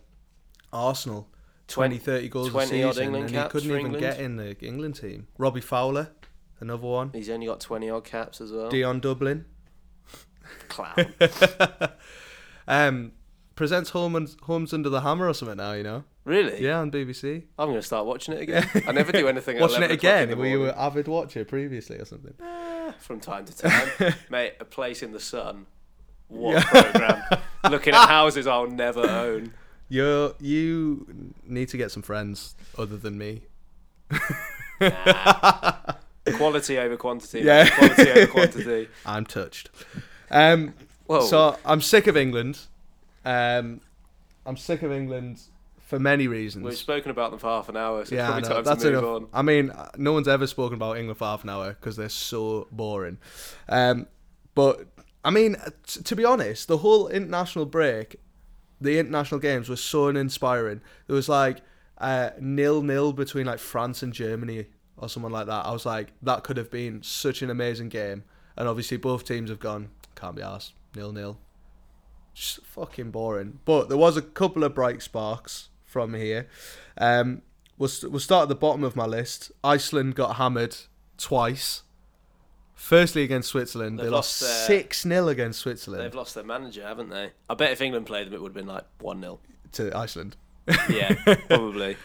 A: Arsenal. 20, 30 goals
B: 20
A: a
B: odd
A: season,
B: England
A: and he
B: caps
A: couldn't
B: for
A: even
B: England.
A: get in the England team. Robbie Fowler, another one.
B: He's only got 20 odd caps as well.
A: Dion Dublin.
B: Clown.
A: um, presents Holmes, Holmes under the hammer or something now, you know?
B: really?
A: Yeah, on BBC.
B: I'm going to start watching it again. I never do anything at
A: Watching it
B: 11 o'clock in
A: again.
B: the
A: Were you uh, an
B: morning.
A: avid watcher previously or something?
B: From time to time. Mate, A Place in the Sun. What program? Looking at houses I'll never own.
A: You you need to get some friends other than me.
B: Nah. Quality over quantity.
A: Yeah.
B: Yeah. Quality over quantity.
A: I'm touched. Um,
B: Whoa.
A: so I'm sick of England. Um, I'm sick of England for many reasons.
B: We've spoken about them for half an hour, so
A: yeah, I
B: it's probably
A: know.
B: time
A: that's
B: to move
A: enough.
B: on.
A: I mean, uh, no one's ever spoken about England for half an hour because they're so boring. Um, but I mean, t- to be honest, the whole international break, the international games were so uninspiring. There was like uh, nil nil between like France and Germany or someone like that. I was like, that could have been such an amazing game. And obviously, both teams have gone can't be arsed nil nil. Just fucking boring. But there was a couple of bright sparks from here. Um, we'll, st- we'll start at the bottom of my list. Iceland got hammered twice. Firstly against Switzerland,
B: They've
A: they lost
B: lost, uh,
A: six 0 against Switzerland
B: They've lost their manager, haven't they? I bet if England played them, it would have been like 1 0.
A: to Iceland.
B: Yeah, probably.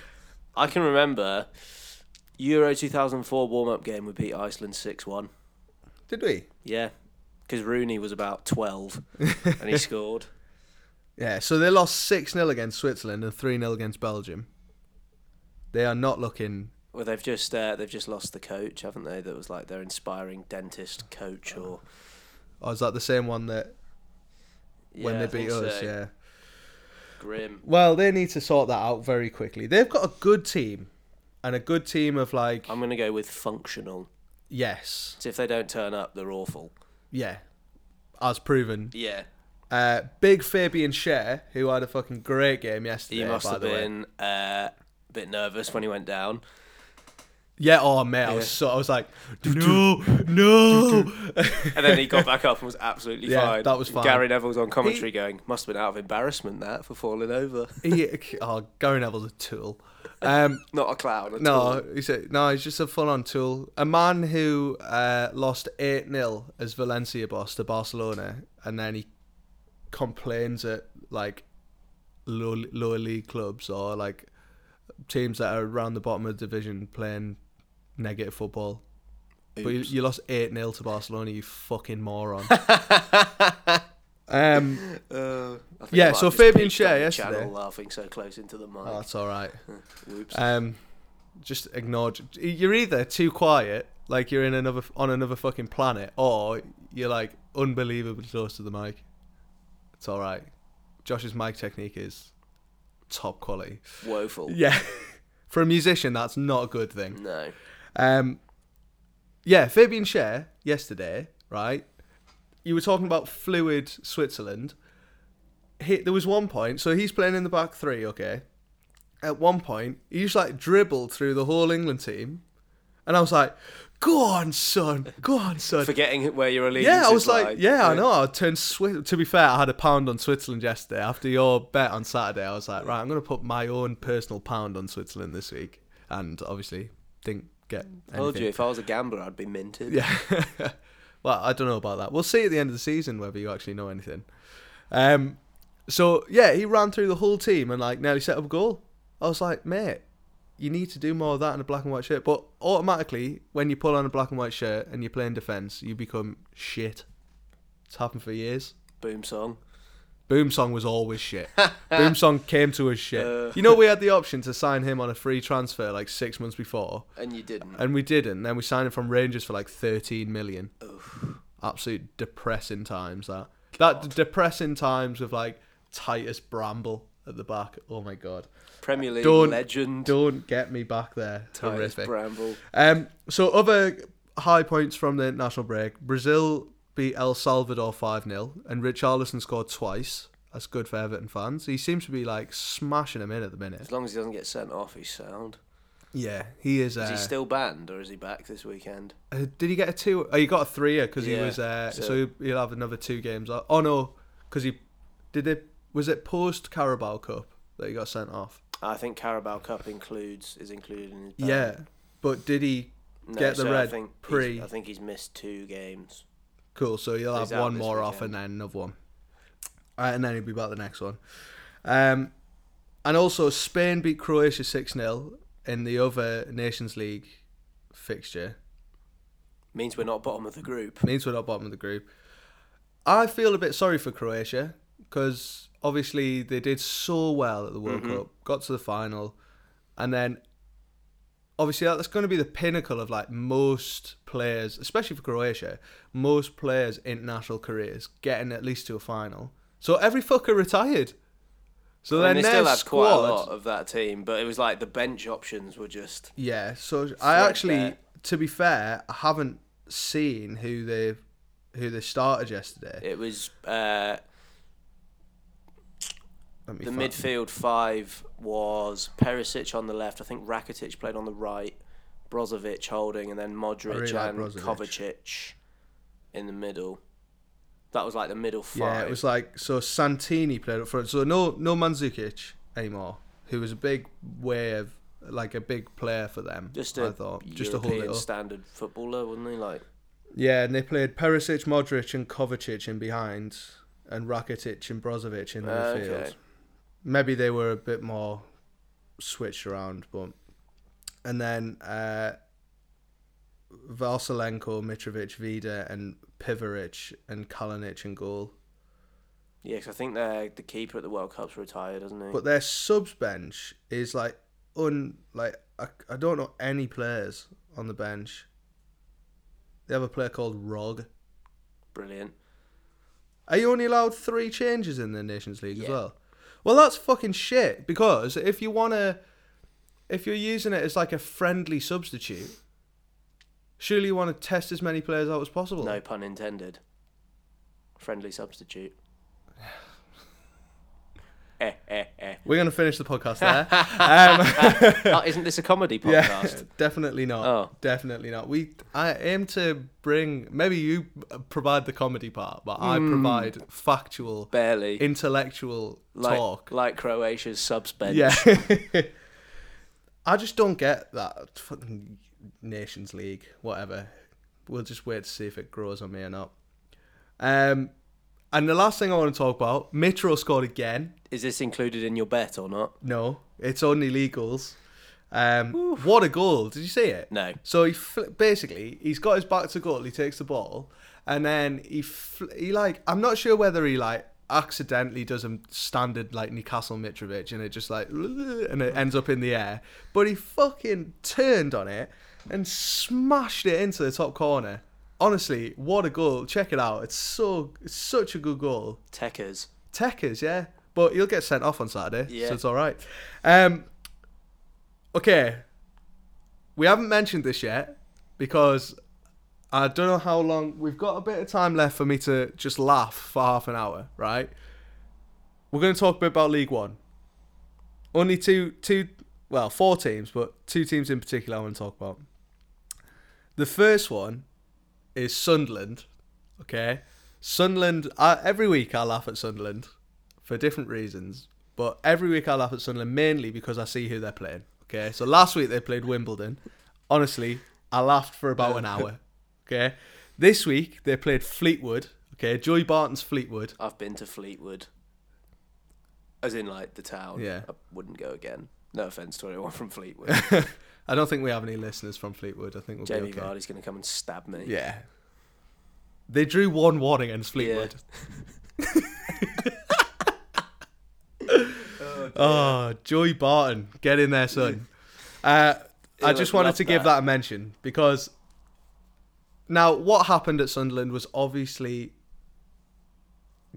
B: I can remember Euro 2004 warm up game, we beat Iceland 6 1.
A: Did we?
B: Yeah, because Rooney was about 12 and he scored.
A: Yeah. So they lost six 0 against Switzerland and three 0 against Belgium. They are not looking.
B: Well, they've just uh, they've just lost the coach, haven't they? That was like their inspiring dentist coach, or
A: Oh, is that the same one that when
B: Yeah,
A: they
B: I
A: beat
B: think
A: us?
B: so.
A: Yeah.
B: grim.
A: Well, they need to sort that out very quickly. They've got a good team, and a good team of like
B: I'm gonna go with functional.
A: yes,
B: 'Cause if they don't turn up, they're awful.
A: yeah, as proven.
B: Yeah,
A: Uh, big Fabian Cher, who had a fucking great game yesterday.
B: he must
A: by
B: have
A: the way.
B: been uh, a bit nervous when he went down.
A: Yeah, oh mate, I was so I was like, no, no.
B: And then he got back up and was absolutely
A: Yeah,
B: fine.
A: that was fine.
B: Gary Neville's on commentary
A: He-
B: going, must have been out of embarrassment that for falling over.
A: He- oh, Gary Neville's a tool. Um,
B: Not a clown at all.
A: no, he's a, no, he's just a full-on tool. A man who uh, lost eight 0 as Valencia boss to Barcelona, and then he complains at like low, lower league clubs or like teams that are around the bottom of the division playing negative football. But you, you lost eight 0 to Barcelona, you fucking moron. um.
B: Uh, I think
A: Yeah,
B: I might
A: so
B: have just
A: Fabian
B: peeked
A: Schär
B: on the
A: yesterday-
B: Channel laughing so close into the mic.
A: Oh, that's all right.
B: Whoops.
A: Um, just ignore. You're either too quiet, like you're in another on another fucking planet, or you're like unbelievably close to the mic. It's all right. Josh's mic technique is top quality.
B: Woeful.
A: Yeah, for a musician, that's not a good thing.
B: No.
A: Um, yeah, Fabian Scher yesterday, right? You were talking about fluid Switzerland. He, there was one point, so he's playing in the back three, okay? At one point, he just like dribbled through the whole England team, and I was like, "Go on, son, go on, son."
B: Forgetting where your allegiance
A: yeah, I was
B: is
A: like,
B: like,
A: "Yeah, I know." I turned Swiss. To be fair, I had a pound on Switzerland yesterday. After your bet on Saturday, I was like, "Right, I'm going to put my own personal pound on Switzerland this week," and obviously didn't get. Anything.
B: told you, if I was a gambler, I'd be minted.
A: Yeah. well, I don't know about that. We'll see at the end of the season whether you actually know anything. Um, so yeah, he ran through the whole team and like nearly set up a goal. I was like, mate, you need to do more of that in a black and white shirt. But automatically, when you pull on a black and white shirt and you're playing defence, you become shit. It's happened for years.
B: Boom song.
A: Boom Song was always shit. Boom Song came to us shit. you know, we had the option to sign him on a free transfer like six months before
B: And you didn't.
A: and we didn't. Then we signed him from Rangers for like 13 million. Absolute depressing times that. That depressing times with like Titus Bramble at the back. Oh my god.
B: Premier League
A: Don't-
B: legend.
A: Don't get me back there.
B: Titus
A: Horrific.
B: Bramble.
A: Um, so other high points from the national break: Brazil beat El Salvador five 0 and Richarlison scored twice. That's good for Everton fans. He seems to be like smashing him in at the minute.
B: As long as he doesn't get sent off, he's sound.
A: Yeah, he is. Uh,
B: Is he still banned or is he back this weekend?
A: Uh, did he get a two? Oh, he got a three because he
B: Yeah,
A: was. Uh, so,
B: so-
A: he'll have another two games. o- Oh no, because he did it. Was it post Carabao Cup that he got sent off?
B: I think Carabao Cup includes is included in his ban.
A: yeah, but did he
B: No,
A: get the
B: so I
A: red
B: think he's-
A: pre?
B: I think he's missed two games.
A: Cool. So he'll
B: He's
A: have
B: out
A: one
B: this
A: more off and
B: weekend.
A: then another one, uh, and then he'll be back the next one. Um, and also Spain beat Croatia six 0 in the other Nations League fixture.
B: Means we're not bottom of the group.
A: means we're not bottom of the group. I feel a bit sorry for Croatia because obviously they did so well at the World
B: Mm-hmm.
A: Cup, got to the final, and then obviously that's going to be the pinnacle of like most players, especially for Croatia, most players' international careers getting at least to a final. So every fucker retired. So
B: I
A: then
B: mean, they
A: their
B: still had
A: squad,
B: quite a lot of that team, but it was like the bench options were just
A: Yeah, so I actually,
B: there.
A: to be fair, I haven't seen who they who they started yesterday.
B: it was uh,
A: Let me
B: the
A: find-
B: midfield five was Perisic on the left. I think Rakitic played on the right, Brozovic holding, and then Modric
A: really like
B: and
A: Brozovic.
B: Kovacic in the middle. That was like the middle five.
A: Yeah, it was like so Santini played up front. So no no Mandzukic anymore, who was a big way of like a big player for them.
B: just
A: I
B: a
A: thought just to
B: European
A: hold it up.
B: standard footballer, wasn't he? Like
A: Yeah, and they played Perisic, Modric, and Kovacic in behind, and Rakitic and Brozovic in the
B: Ah,
A: midfield.
B: okay.
A: Maybe they were a bit more switched around, but and then uh, Varselenko, Mitrovic, Vida, and Pivaric and Kalinic in goal.
B: yeah, 'cause I think the the keeper at the World Cup's retired, isn't he?
A: but their subs bench is like un like I, I don't know any players on the bench. They have a player called Rog.
B: Brilliant.
A: Are you only allowed three changes in the Nations League as
B: Yeah.
A: well? Well, that's fucking shit. Because if you wanna, if you're using it as like a friendly substitute, surely you want to test as many players out as possible.
B: No pun intended. Friendly substitute. eh, eh, eh.
A: We're going to finish the podcast there. um,
B: Oh, isn't this a comedy
A: yeah,
B: podcast?
A: definitely not.
B: Oh.
A: Definitely not. We I aim to bring. Maybe you provide the comedy part, but I
B: Hmm.
A: provide factual,
B: Barely.
A: intellectual
B: like,
A: talk.
B: like Croatia's subs bench.
A: Yeah. I just don't get that fucking Nations League, whatever. We'll just wait to see if it grows on me or not. Um, and the last thing I want to talk about, Mitro scored again.
B: Is this included in your bet or not?
A: No, it's only legals. Um, what a goal! Did you see it?
B: No.
A: So he fl- basically he's got his back to goal. He takes the ball, and then he fl- he like I'm not sure whether he like accidentally does a standard like Newcastle Mitrovic, and it just like and it ends up in the air. But he fucking turned on it and smashed it into the top corner. Honestly, what a goal! Check it out. It's so it's such a good goal.
B: Techers.
A: Techers, yeah. But you'll get sent off on Saturday,
B: Yeah.
A: so it's all right. Um, okay, we haven't mentioned this yet because I don't know how long we've got. A bit of time left for me to just laugh for half an hour, right? We're going to talk a bit about League One. Only two, two, well, four teams, but two teams in particular I want to talk about. The first one is Sunderland. Okay, Sunderland. I, every week I laugh at Sunderland for different reasons, but every week I laugh at Sunderland mainly because I see who they're playing. Okay, so last week they played Wimbledon. Honestly, I laughed for about an hour. Okay, this week they played Fleetwood. Okay, Joey Barton's Fleetwood.
B: I've been to Fleetwood. As in, like, the town.
A: Yeah.
B: I wouldn't go again. No offence to anyone from Fleetwood.
A: I don't think we have any listeners from Fleetwood. I think we'll be
B: Jamie
A: okay.
B: Vardy's going to come and stab me.
A: Yeah, they drew one-one against Fleetwood. Oh, Joey Barton, get in there, son. Uh, I
B: would
A: just wanted
B: love
A: to give
B: that.
A: that a mention because now what happened at Sunderland was obviously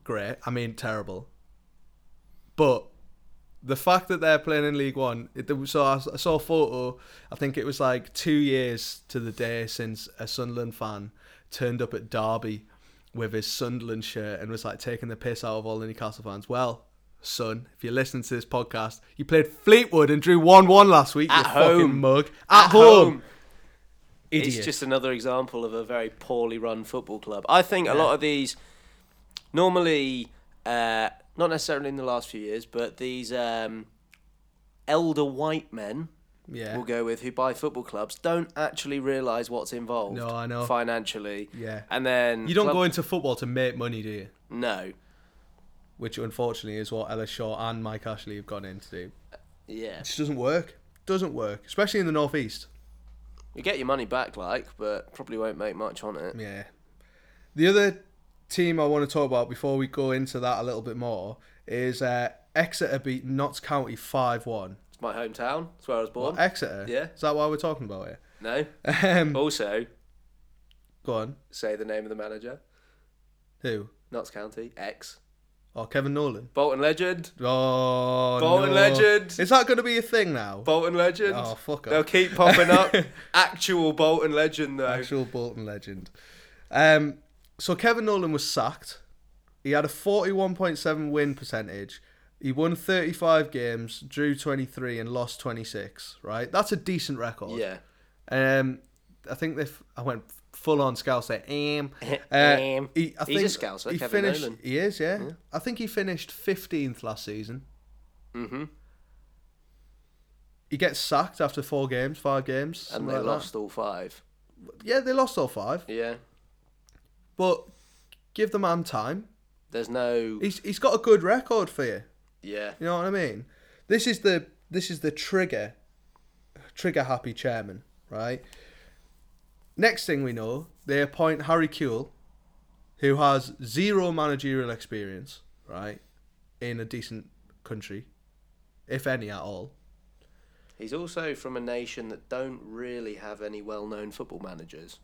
A: great. I mean, terrible. But the fact that they're playing in League One, it, there was- so I, I saw a photo. I think it was like two years to the day since a Sunderland fan turned up at Derby with his Sunderland shirt and was like taking the piss out of all the Newcastle fans. Well, son, if you're listening to this podcast, you played Fleetwood and drew one-one last week.
B: At
A: you
B: home.
A: fucking mug at, home. Idiot.
B: It's just another example of a very poorly run football club. I think a lot of these, normally, uh, not necessarily in the last few years, but these um, elder white men
A: yeah.
B: we'll go with who buy football clubs don't actually realise what's involved.
A: No, I know.
B: Financially.
A: Yeah.
B: And then.
A: you don't
B: club-
A: go into football to make money, do you?
B: No.
A: Which unfortunately is what Ellis Shaw and Mike Ashley have gone in to do.
B: Yeah.
A: It just doesn't work. Doesn't work, especially in the northeast.
B: You get your money back, like, but probably won't make much on it.
A: Yeah. The other team I want to talk about before we go into that a little bit more is uh, Exeter beat Notts County five one.
B: It's my hometown. It's where I was born.
A: Exeter.
B: Yeah.
A: Is that why we're talking about it?
B: No.
A: Um,
B: Also,
A: Go on.
B: say the name of the manager.
A: Who?
B: Notts County. X.
A: Oh, Kevin Nolan.
B: Bolton legend.
A: Oh,
B: Bolton
A: no.
B: legend.
A: Is that going to be a thing now?
B: Bolton legend.
A: Oh, fuck off.
B: They'll keep popping up. Actual Bolton legend, though.
A: Actual Bolton legend. Um, so Kevin Nolan was sacked. He had a 41.7 win percentage. He won 35 games, drew 23, and lost 26. Right, that's a decent record.
B: Yeah.
A: Um, I think they. f- I went full on Scouser. Um,
B: Um,
A: he, I
B: he's a
A: think
B: Scouser,
A: He
B: Kevin
A: finished.
B: Nolan.
A: He is, yeah. I think he finished 15th last season.
B: Mm-hmm.
A: He gets sacked after four games, five games,
B: And
A: something
B: they
A: like
B: lost all five.
A: That. Yeah, they lost all five,
B: Yeah.
A: but give the man time.
B: There's no.
A: He's he's got a good record for you.
B: Yeah.
A: You know what I mean? This is the this is the trigger trigger happy chairman, right? Next thing we know, they appoint Harry Kuehl, who has zero managerial experience, right, in a decent country, if any at all.
B: He's also from a nation that don't really have any well-known football managers.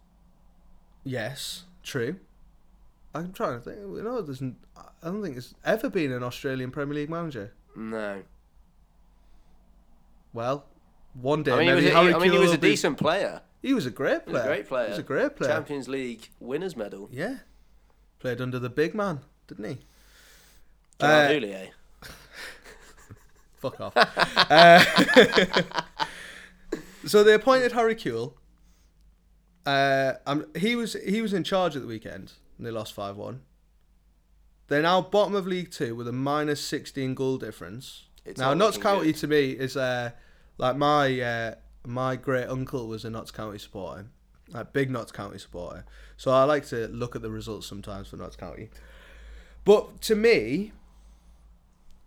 A: Yes, true. I'm trying to think. You know, there's n- I don't think there's ever been an Australian Premier League manager.
B: No, Well,
A: One day,
B: I mean, he was,
A: maybe
B: a,
A: Harry
B: I mean, he
A: Kuehl
B: was
A: will
B: a
A: be-
B: decent player.
A: He was a great
B: He was
A: player.
B: a great player.
A: He was a great player.
B: Champions League winners medal.
A: Yeah. Played under the big man, didn't he?
B: Gerard
A: Uh,
B: Houllier.
A: Fuck off. Uh, so they appointed Harry Kewell. Uh, um, he was he was in charge at the weekend, and they lost five one. They're now bottom of League Two with a minus sixteen goal difference.
B: It's
A: now
B: not
A: Notts
B: looking
A: County
B: good.
A: to me is uh, like my uh, my great uncle was a Notts County supporter, like big Notts County supporter. So I like to look at the results sometimes for Notts County. But to me,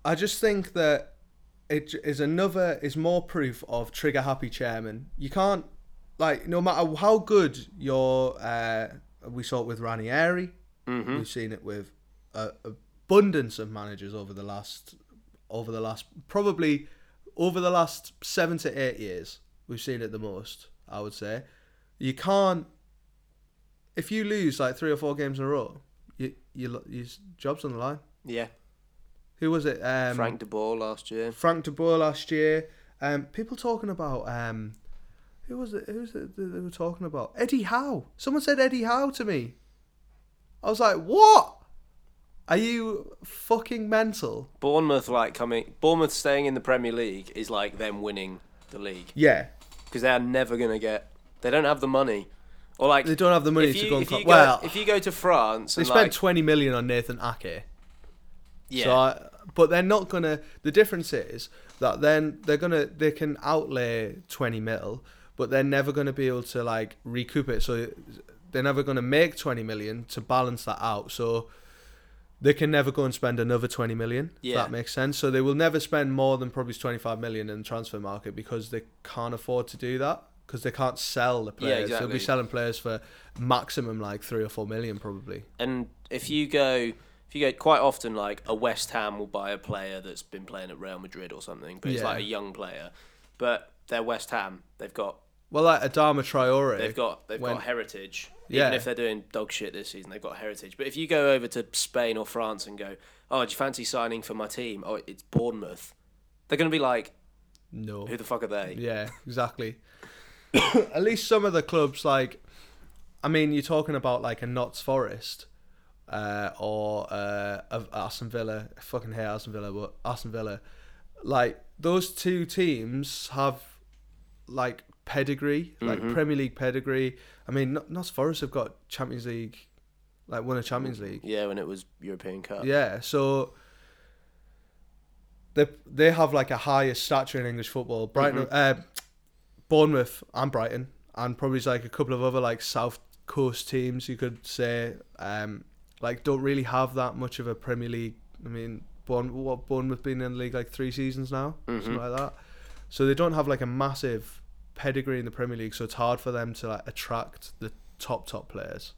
A: I just think that it j- is another is more proof of trigger happy chairman. You can't like no matter how good your uh, we saw it with Ranieri, we've seen it with a abundance of managers over the last over the last probably over the last seven to eight years we've seen it the most. I would say you can't if you lose like three or four games in a row, you you lo- your job's on the line.
B: Yeah.
A: Who was it? Um,
B: Frank de Boer last year.
A: Frank de Boer last year. Um, people talking about um, who was it? Who was it that they were talking about? Eddie Howe. Someone said Eddie Howe to me. I was like, "What? Are you fucking mental?"
B: Bournemouth like coming Bournemouth staying in the Premier League is like them winning the league
A: Yeah,
B: because they are never going to get they don't have the money or like
A: they don't have the money
B: if
A: to
B: you,
A: go and
B: if you
A: club.
B: go,
A: Well,
B: if you go to France
A: they
B: and
A: spent
B: like
A: twenty million on Nathan Ake.
B: yeah
A: So, I, but they're not gonna. The difference is that then they're gonna they can outlay twenty mil, but they're never gonna be able to like recoup it. So they're never gonna make twenty million to balance that out. So they can never go and spend another twenty million. if
B: Yeah.
A: that makes sense. So they will never spend more than probably twenty five million in the transfer market because they can't afford to do that. Because they can't sell the players, they'll
B: exactly.
A: be selling players for maximum like three or four million, probably.
B: and if you go if you go quite often like a West Ham will buy a player that's been playing at Real Madrid or something but it's
A: Yeah.
B: like a young player but they're West Ham they've got
A: Well, like Adama Traore,
B: They've got they've
A: When-
B: got heritage.
A: Yeah.
B: Even if they're doing dog shit this season, they've got heritage. But if you go over to Spain or France and go, oh, do you fancy signing for my team? Oh, it's Bournemouth. They're going to be like,
A: no,
B: who the fuck are they?
A: Yeah, exactly. At least some of the clubs, like, I mean, you're talking about like a Notts Forest uh, or uh, of Aston Villa. I fucking hate Aston Villa, but Aston Villa, like those two teams have like pedigree, like Premier League pedigree. I mean, Not- Notts Forest have got Champions League, like won a Champions League.
B: Yeah, when it was European Cup.
A: Yeah, so they they have like a higher stature in English football. Brighton, uh, Bournemouth, and Brighton, and probably like a couple of other like South Coast teams. You could say um, like don't really have that much of a Premier League. I mean, Bournemouth, what Bournemouth been in the league like three seasons now, something like that. So they don't have like a massive pedigree in the Premier League. So it's hard for them to like attract the top top players.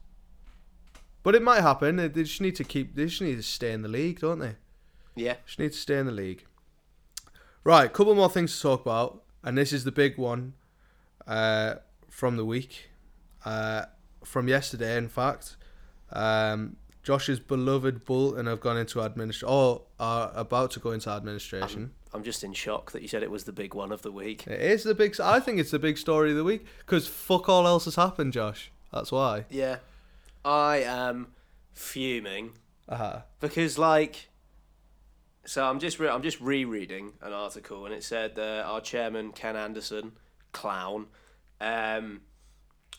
A: But it might happen. They they just need to keep. They just need to stay in the league, don't they?
B: Yeah.
A: Just need to stay in the league. Right, couple more things to talk about, and this is the big one uh, from the week, uh, from yesterday, in fact. Um, Josh's beloved Bolton have gone into administration, or are about to go into administration.
B: I'm just in shock that you said it was the big one of the week.
A: it is the big. I think it's the big story of the week because fuck all else has happened, Josh. That's why.
B: Yeah. I am fuming
A: Uh-huh.
B: because like so I'm just re- I'm just rereading an article and it said uh, our chairman Ken Anderson clown um,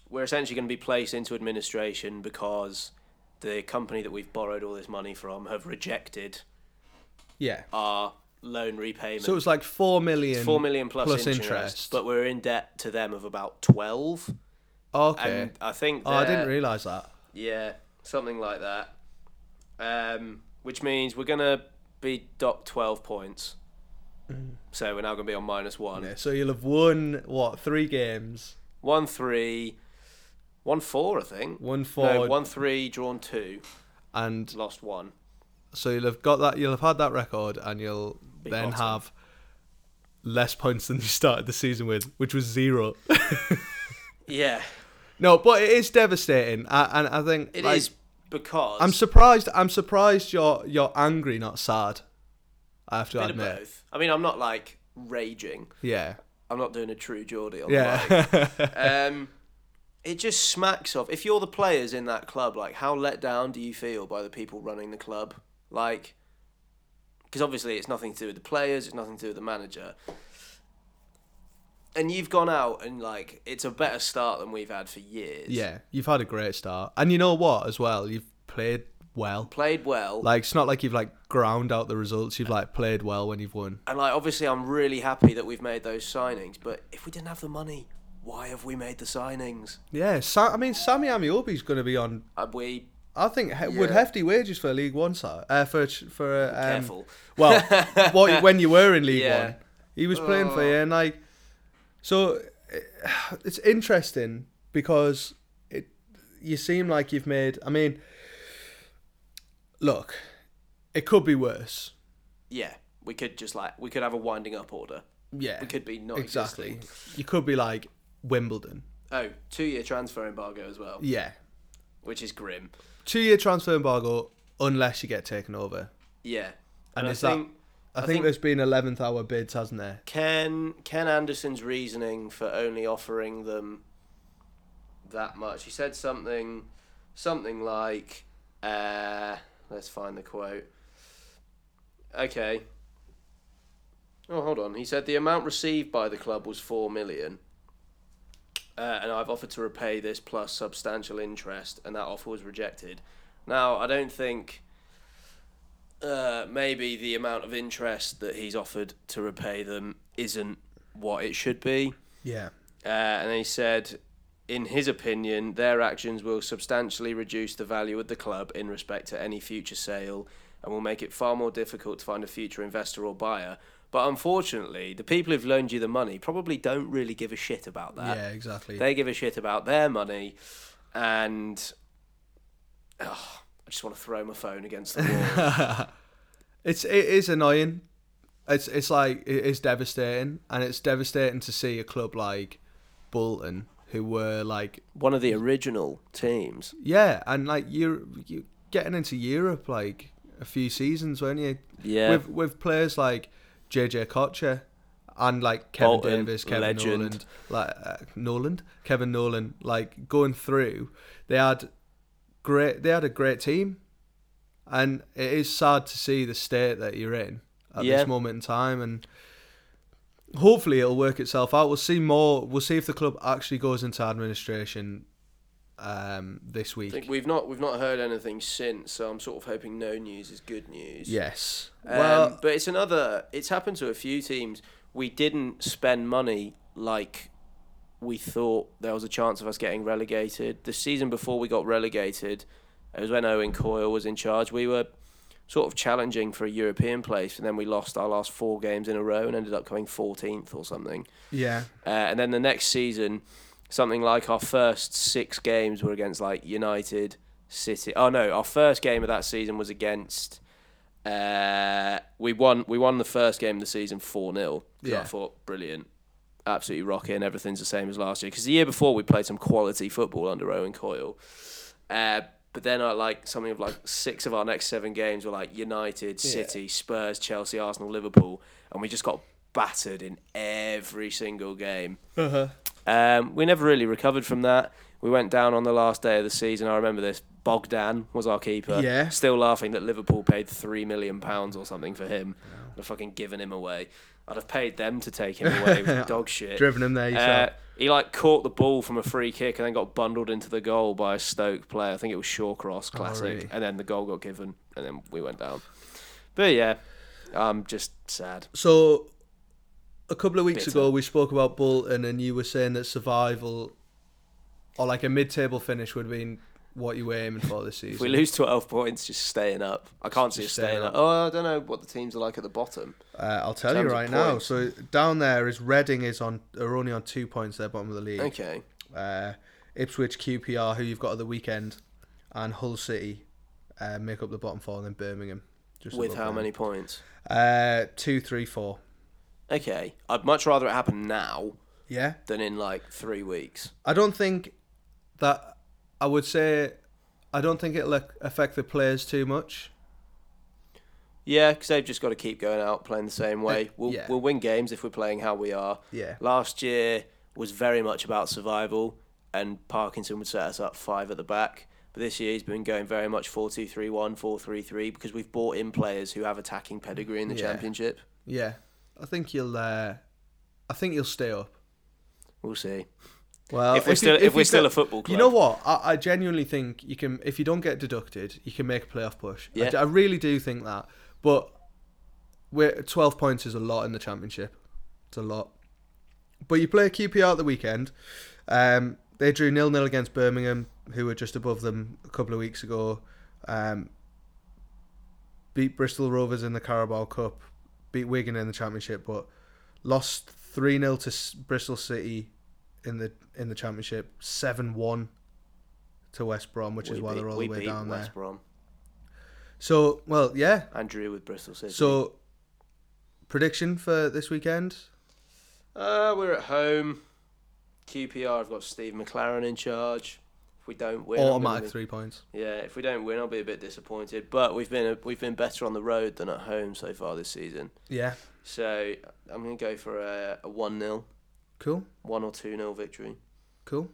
B: we're essentially going to be placed into administration because the company that we've borrowed all this money from have rejected
A: Yeah.
B: our loan repayment
A: So it was like four million.
B: 4 million plus,
A: plus
B: interest,
A: interest.
B: but we're in debt to them of about 12
A: Okay.
B: and uh, I think
A: oh, I
B: they're-
A: didn't realize that.
B: Yeah, something like that. Um, which means we're gonna be docked twelve points. So we're now gonna be on minus one.
A: Mm. Yeah, so you'll have won what three games?
B: One three one four, I think.
A: One four,
B: No, one three, drawn two,
A: and
B: lost one.
A: so you'll have got that. You'll have had that record, and you'll then
B: bottom.
A: have less points than you started the season with, which was zero.
B: Yeah.
A: no, but it is devastating, I, and I think
B: it is
A: like,
B: because
A: I'm surprised. I'm surprised you're you're angry, not sad. I have to
B: bit of
A: admit.
B: both. I mean I'm not like raging.
A: Yeah.
B: I'm not doing a true Geordie on the mic.
A: Yeah.
B: Um, it just smacks of. If you're the players in that club, like how let down do you feel by the people running the club? Like because obviously it's nothing to do with the players, it's nothing to do with the manager. And you've gone out and like it's a better start than we've had for years.
A: Yeah, you've had a great start, and you know what? As well, you've played well.
B: played well.
A: Like it's not like you've like ground out the results. You've like played well when you've won.
B: and like obviously I'm really happy that we've made those signings, but if we didn't have the money, why have we made the signings?
A: Yeah, Sa- I mean Sammy Amiobi's going to be on.
B: Are we
A: I think he- would
B: Yeah.
A: hefty wages for a League One side. Uh, for a ch- for a, um,
B: careful?
A: Well, what, when you were in League
B: Yeah. Oh.
A: One, he was playing for you, and like, so eh, it's interesting because it you seem like you've made. I mean, look, it could be worse.
B: Yeah, we could just like we could have a winding up order.
A: Yeah,
B: We could be not
A: exactly. You could be like Wimbledon.
B: Oh, two year transfer embargo as well,
A: Yeah,
B: which is grim.
A: two-year transfer embargo unless you get taken over.
B: Yeah,
A: And
B: I
A: is that-
B: think
A: I,
B: I
A: think,
B: think-
A: there's been eleventh hour bids, hasn't there?
B: Ken Ken Anderson's reasoning for only offering them that much. He said something something like uh, let's find the quote. Okay. Oh, hold on. He said the amount received by the club was 4 million. Uh, and I've offered to repay this plus substantial interest and that offer was rejected. Now, I don't think uh, maybe the amount of interest that he's offered to repay them isn't what it should be.
A: Yeah.
B: Uh, and he said, in his opinion, their actions will substantially reduce the value of the club in respect to any future sale and will make it far more difficult to find a future investor or buyer. But unfortunately, the people who've loaned you the money probably don't really give a shit about that.
A: yeah, exactly.
B: They give a shit about their money, and Ugh, I just want to throw my phone against the wall.
A: It's it is annoying. It's it's like it is devastating, and it's devastating to see a club like Bolton, who were like
B: One of the original teams.
A: yeah, and like you you getting into Europe like a few seasons, weren't you?
B: Yeah.
A: With with players like JJ Kocher and like Kevin
B: Bolton,
A: Davis, Kevin
B: legend.
A: Nolan, like uh, Nolan, Kevin Nolan, like going through, they had great they had a great team, and it is sad to see the state that you're in at
B: Yeah.
A: this moment in time, and hopefully it'll work itself out. We'll see more. We'll see if the club actually goes into administration um, this
B: I think
A: week.
B: we've not we've not heard anything since, so I'm sort of hoping no news is good news.
A: Yes.
B: Um,
A: well,
B: but it's another. It's happened to a few teams. We didn't spend money like we thought there was a chance of us getting relegated. The season before we got relegated, it was when Owen Coyle was in charge. We were sort of challenging for a European place, and then we lost our last four games in a row and ended up coming 14th or something.
A: yeah.
B: Uh, and then the next season, something like our first six games were against like United, City. Oh no, our first game of that season was against. Uh, we won. We won the first game of the season four 0
A: Yeah.
B: I thought brilliant, absolutely rocking. Everything's the same as last year because the year before we played some quality football under Owen Coyle. Uh, but then I like something of like six of our next seven games were like United, City, Spurs, Chelsea, Arsenal, Liverpool, and we just got battered in every single game.
A: Uh-huh.
B: Um, we never really recovered from that. We went down on the last day of the season. I remember this. Bogdan was our keeper.
A: Yeah.
B: Still laughing that Liverpool paid three million pounds or something for him. I'd have fucking given him away. I'd have paid them to take him away. It was dog shit.
A: Driven him there yourself.
B: Uh, he like caught the ball from a free kick and then got bundled into the goal by a Stoke player. I think it was Shawcross, classic.
A: Oh, really?
B: And then the goal got given, and then we went down. But yeah, I'm just sad.
A: So, a couple of weeks
B: Bitter.
A: ago, we spoke about Bolton, and you were saying that survival or like a mid table finish would have been what you were aiming for this
B: If we
A: season.
B: lose 12 points, just staying up. I can't see us
A: Just staying
B: staying up. Oh, I don't know what the teams are like at the bottom.
A: uh, I'll tell you
B: terms of
A: right now.
B: points.
A: So, down there is Reading is on, are only on two points, they're bottom of the league.
B: Okay.
A: Uh, Ipswich, QPR, who you've got at the weekend, and Hull City uh, make up the bottom four, and then Birmingham. Just
B: With
A: above
B: how
A: them.
B: many points?
A: Uh, two, three, four.
B: Okay. I'd much rather it happen now
A: Yeah.
B: than in like three weeks.
A: I don't think that I would say I don't think it'll a- affect the players too much.
B: Yeah, because they've just got to keep going out playing the same way. We'll,
A: yeah.
B: we'll win games if we're playing how we are.
A: Yeah.
B: Last year was very much about survival, and Parkinson would set us up five at the back. But this year he's been going very much 4 2 3 1, 4 3 3 because we've bought in players who have attacking pedigree in the
A: Yeah.
B: championship.
A: Yeah, I think you'll. Uh, I think you'll stay up.
B: We'll see.
A: Well,
B: If we're
A: you-
B: still- if
A: you
B: we're still
A: get-
B: a football
A: you
B: club.
A: know what? I, I genuinely think you can. If you don't get deducted, you can make a playoff push. I
B: Yeah.
A: d- I, really do think that. But we're twelve points is a lot in the championship. It's a lot. But you play QPR at the weekend. Um, they drew nil nil against Birmingham, who were just above them a couple of weeks ago. Um, beat Bristol Rovers in the Carabao Cup, beat Wigan in the Championship, but lost three 0 to S- Bristol City in the in the Championship, seven one to West Brom, which is why
B: beat-
A: they're all
B: we
A: the way
B: beat
A: down
B: West
A: there.
B: Brom
A: So, well, yeah.
B: and drew with Bristol City.
A: So, prediction for this weekend?
B: Uh, we're at home. QPR have got Steve McLaren in charge. If we don't win, I'm gonna
A: Automatic
B: be-
A: three points.
B: Yeah, if we don't win, I'll be a bit disappointed. But we've been we've been better on the road than at home so far this season.
A: Yeah,
B: So I'm gonna go for a, a one 0
A: cool,
B: one or two 0 victory.
A: cool.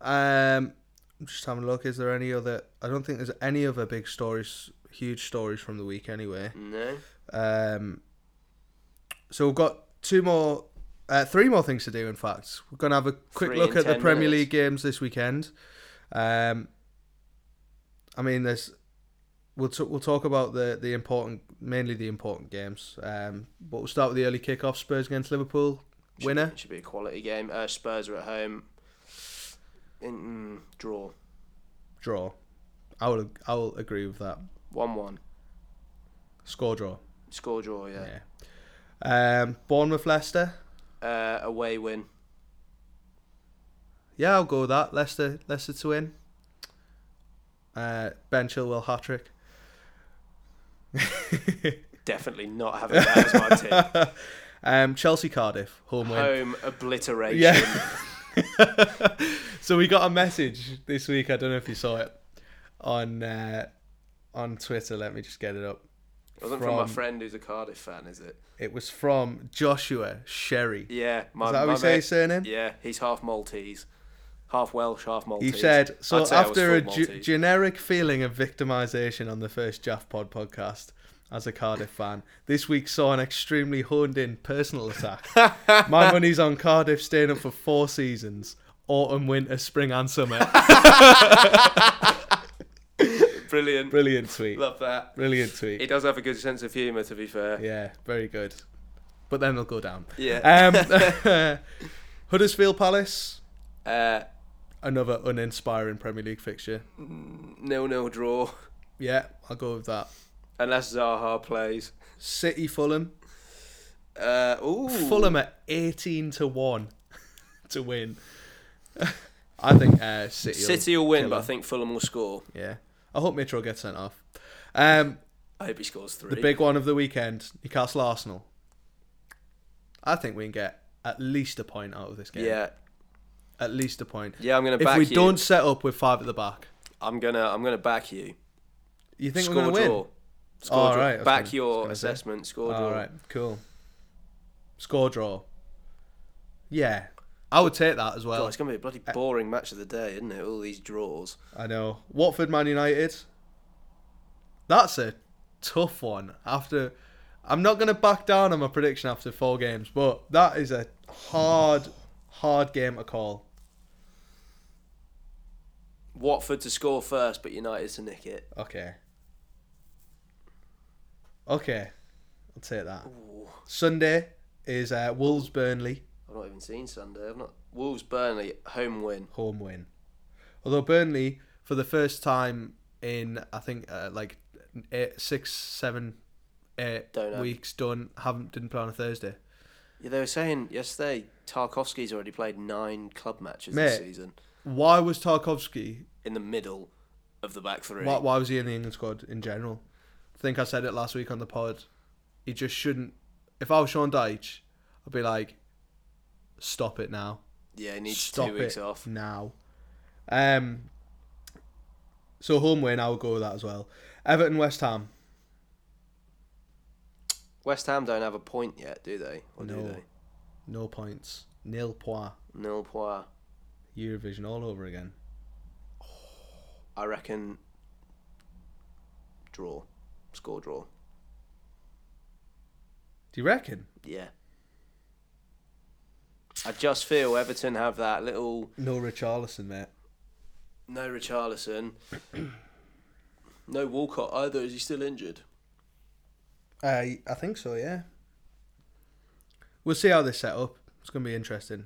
A: Um, I'm just having a look. Is there any other? I don't think there's any other big stories, huge stories from the week anyway.
B: No,
A: Um, so we've got two more, uh, three more things to do. In fact, we're going to have a quick
B: Three
A: look
B: in
A: at the
B: 10
A: Premier
B: minutes.
A: League games this weekend. Um, I mean, there's we'll t- we'll talk about the the important, mainly the important games. Um, but we'll start with the early kickoff: Spurs against Liverpool.
B: Should-
A: Winner.
B: should be a quality game. Uh, Spurs are at home. In, mm, draw
A: draw. I will I will agree with that.
B: one one
A: Score draw.
B: score draw. Yeah,
A: Yeah. Um, Bournemouth Leicester.
B: Uh, away win.
A: Yeah, I'll go with that. Leicester Leicester to win. Uh, ben Chilwell hat trick.
B: Definitely not having that as my tip.
A: um, Chelsea Cardiff home win.
B: Home obliteration.
A: Yeah. so we got a message this week. I don't know if you saw it on uh, on Twitter. Let me just get it up.
B: Wasn't from my
A: From-
B: friend who's a Cardiff fan, is it?
A: It was from Joshua Sherry.
B: Yeah, my,
A: Is that how
B: my
A: we say
B: mate-
A: his surname?
B: Yeah, he's half Maltese, half Welsh, half
A: He
B: Maltese.
A: said, so
B: I'd say I was
A: after
B: full
A: a ge-
B: Maltese.
A: generic feeling of victimization on the first Jaff Pod podcast as a Cardiff fan, this week saw an extremely honed in personal attack. My money's on Cardiff staying up for four seasons autumn, winter, spring, and summer.
B: brilliant,
A: Brilliant tweet.
B: love that.
A: Brilliant
B: He
A: tweet.
B: does have a good sense of humour, to be fair.
A: Yeah, very good. But then they'll go down.
B: Yeah.
A: Um, Huddersfield Palace,
B: Uh,
A: another uninspiring Premier League fixture.
B: nil-nil draw,
A: Yeah, I'll go with that.
B: unless Zaha plays.
A: City Fulham.
B: Uh, ooh,
A: Fulham at 18 to 1 to win. I think uh, City. will
B: City will win,
A: kill
B: but I
A: them.
B: think Fulham will score.
A: Yeah. I hope Mitchell gets sent off. Um,
B: I hope he scores three.
A: the big one of the weekend Newcastle Arsenal. I think we can get at least a point out of this game.
B: yeah,
A: At least a point.
B: yeah. I'm gonna
A: if
B: back
A: we
B: you.
A: don't set up with five at the back,
B: I'm gonna, I'm gonna back you.
A: you think
B: score
A: we're going to
B: draw.
A: win?
B: Score
A: Oh,
B: draw.
A: right, I was
B: Back
A: gonna- I was
B: your
A: gonna say.
B: assessment. Score draw.
A: All right, cool. Score draw. Yeah. I would take that as well.
B: God, it's gonna be a bloody
A: Uh,
B: boring match of the day, isn't it? All these draws.
A: I know. Watford Man United. That's a tough one. After I'm not gonna back down on my prediction after four games, but that is a hard, hard game to call.
B: Watford to score first, but United to nick it.
A: Okay. Okay. I'll take that. Sunday is uh, Wolves Burnley
B: I've not even seen Sunday. I've not Wolves Burnley home win.
A: home win. Although Burnley, for the first time in I think uh, like eight, six, seven, eight
B: Don't know.
A: weeks done, haven't didn't play on a Thursday.
B: Yeah, they were saying yesterday Tarkovsky's already played nine club matches this
A: Mate.
B: season
A: Why was Tarkovsky?
B: in the middle of the back three.
A: Why, why was he in the England squad in general? I think I said it last week on the pod. He just shouldn't. If I was Sean Dyche, I'd be like, stop it now.
B: Yeah, he needs
A: stop
B: two weeks
A: it
B: off.
A: now. Um. So home win, I would go with that as well. Everton, West Ham.
B: West Ham don't have a point yet, do they? Or do
A: No.
B: they?
A: No points, nil points.
B: Nil point.
A: Eurovision all over again.
B: I reckon draw, score draw.
A: Do you reckon?
B: Yeah. I just feel Everton have that little
A: No Richarlison, mate.
B: no Richarlison, no Walcott either. Is he still injured?
A: I I think so, yeah. We'll see how they set up. It's going to be interesting.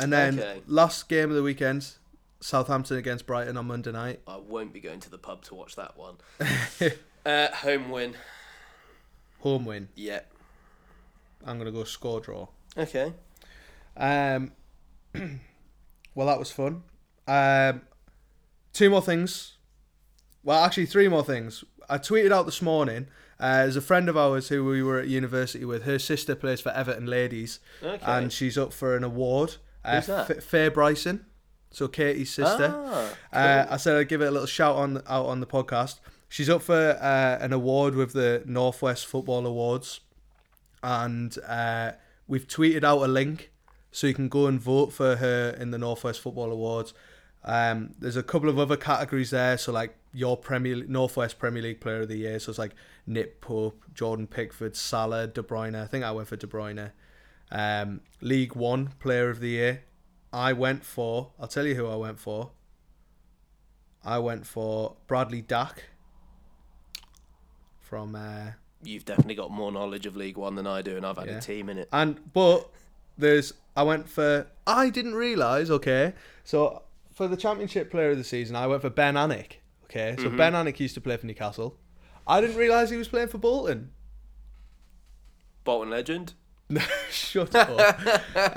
A: And then
B: Okay.
A: last game of the weekend, Southampton against Brighton on Monday night.
B: I won't be going to the pub to watch that one. uh, home win.
A: Home win.
B: Yeah.
A: I'm going to go score draw.
B: Okay.
A: Um, well, that was fun. Um, two more things. Well, actually, three more things. I tweeted out this morning. Uh, there's a friend of ours who we were at university with. Her sister plays for Everton Ladies,
B: Okay.
A: and she's up for an award. Uh,
B: Who's that?
A: F- Fair Bryson, so Katie's sister.
B: Ah,
A: Uh, I said I'd give it a little shout on out on the podcast. She's up for uh, an award with the Northwest Football Awards, and uh, we've tweeted out a link so you can go and vote for her in the Northwest Football Awards. Um, there's a couple of other categories there, so like your Premier Northwest Premier League Player of the Year, so it's like Nip Pope, Jordan Pickford, Salah, De Bruyne. I think I went for De Bruyne. Um, League One Player of the Year. I went for. I'll tell you who I went for. I went for Bradley Dack from uh,
B: You've definitely got more knowledge of League One than I do, and I've had
A: Yeah.
B: a team in it.
A: and but there's I went for I didn't realize okay so for the championship player of the season I went for Ben Anick okay so Ben Anick used to play for Newcastle I didn't realize he was playing for Bolton
B: Bolton legend.
A: No, Shut up.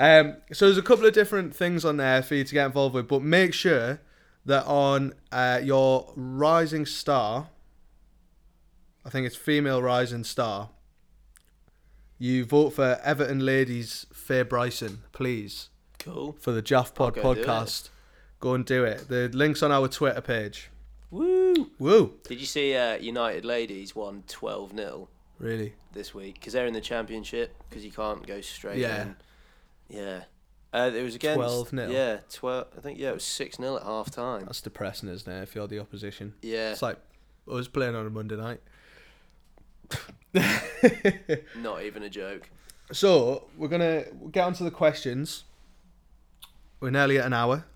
A: um, so there's a couple of different things on there for you to get involved with, but make sure that on uh, your rising star, I think it's female rising star, you vote for Everton ladies Fair Bryson, please,
B: Cool.
A: for the Jaff Pod
B: I'll go do it.
A: podcast. Go and do it. The link's on our Twitter page.
B: Woo!
A: Woo,
B: Did you see uh, United ladies won 12 0
A: really?
B: this week? Because they're in the championship. Because you can't go straight.
A: Yeah.
B: In. Yeah. Uh, it was against
A: 12-0.
B: Yeah, twelve. I think yeah, it was six 0 at half time.
A: That's depressing, isn't it? If you're the opposition.
B: Yeah,
A: It's like I was playing on a Monday night.
B: not even a joke.
A: So we're gonna get on to the questions. We're nearly at an hour.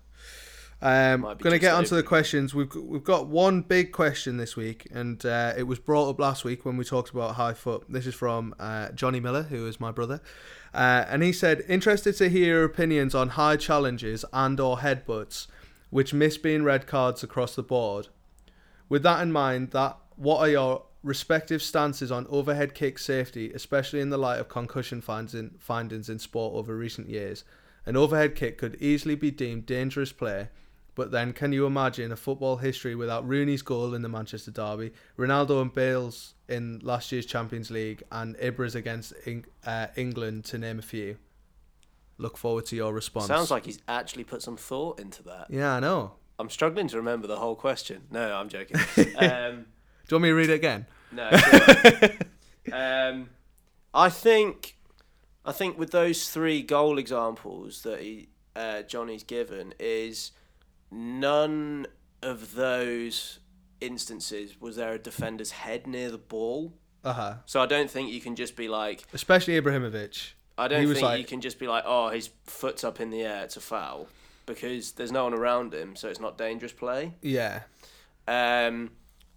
A: Um,
B: Might be
A: gonna
B: just
A: get onto
B: over.
A: the questions. We've g- we've got one big question this week, and uh, it was brought up last week when we talked about high foot. This is from uh, Johnny Miller, who is my brother, uh, and he said, "Interested to hear your opinions on high challenges and or headbutts, which miss being red cards across the board. With that in mind, that what are your respective stances on overhead kick safety, especially in the light of concussion finding, findings in sport over recent years? An overhead kick could easily be deemed dangerous play, but then can you imagine a football history without Rooney's goal in the Manchester Derby, Ronaldo and Bale's in last year's Champions League, and Ibra's against Eng- uh, England, to name a few? Look forward to your response.
B: Sounds like he's actually put some thought into that.
A: yeah, I know.
B: I'm struggling to remember the whole question. No, I'm joking. um,
A: Do you want me to read it again?
B: No. it's all right. um, I think, I think with those three goal examples that he, uh, Johnny's given, is none of those instances was there a defender's head near the ball.
A: Uh huh.
B: So I don't think you can just be like,
A: Especially Ibrahimovic.
B: I don't
A: He was
B: think
A: like-
B: you can just be like, oh, his foot's up in the air, it's a foul, because there's no one around him, so it's not dangerous play.
A: Yeah.
B: Um,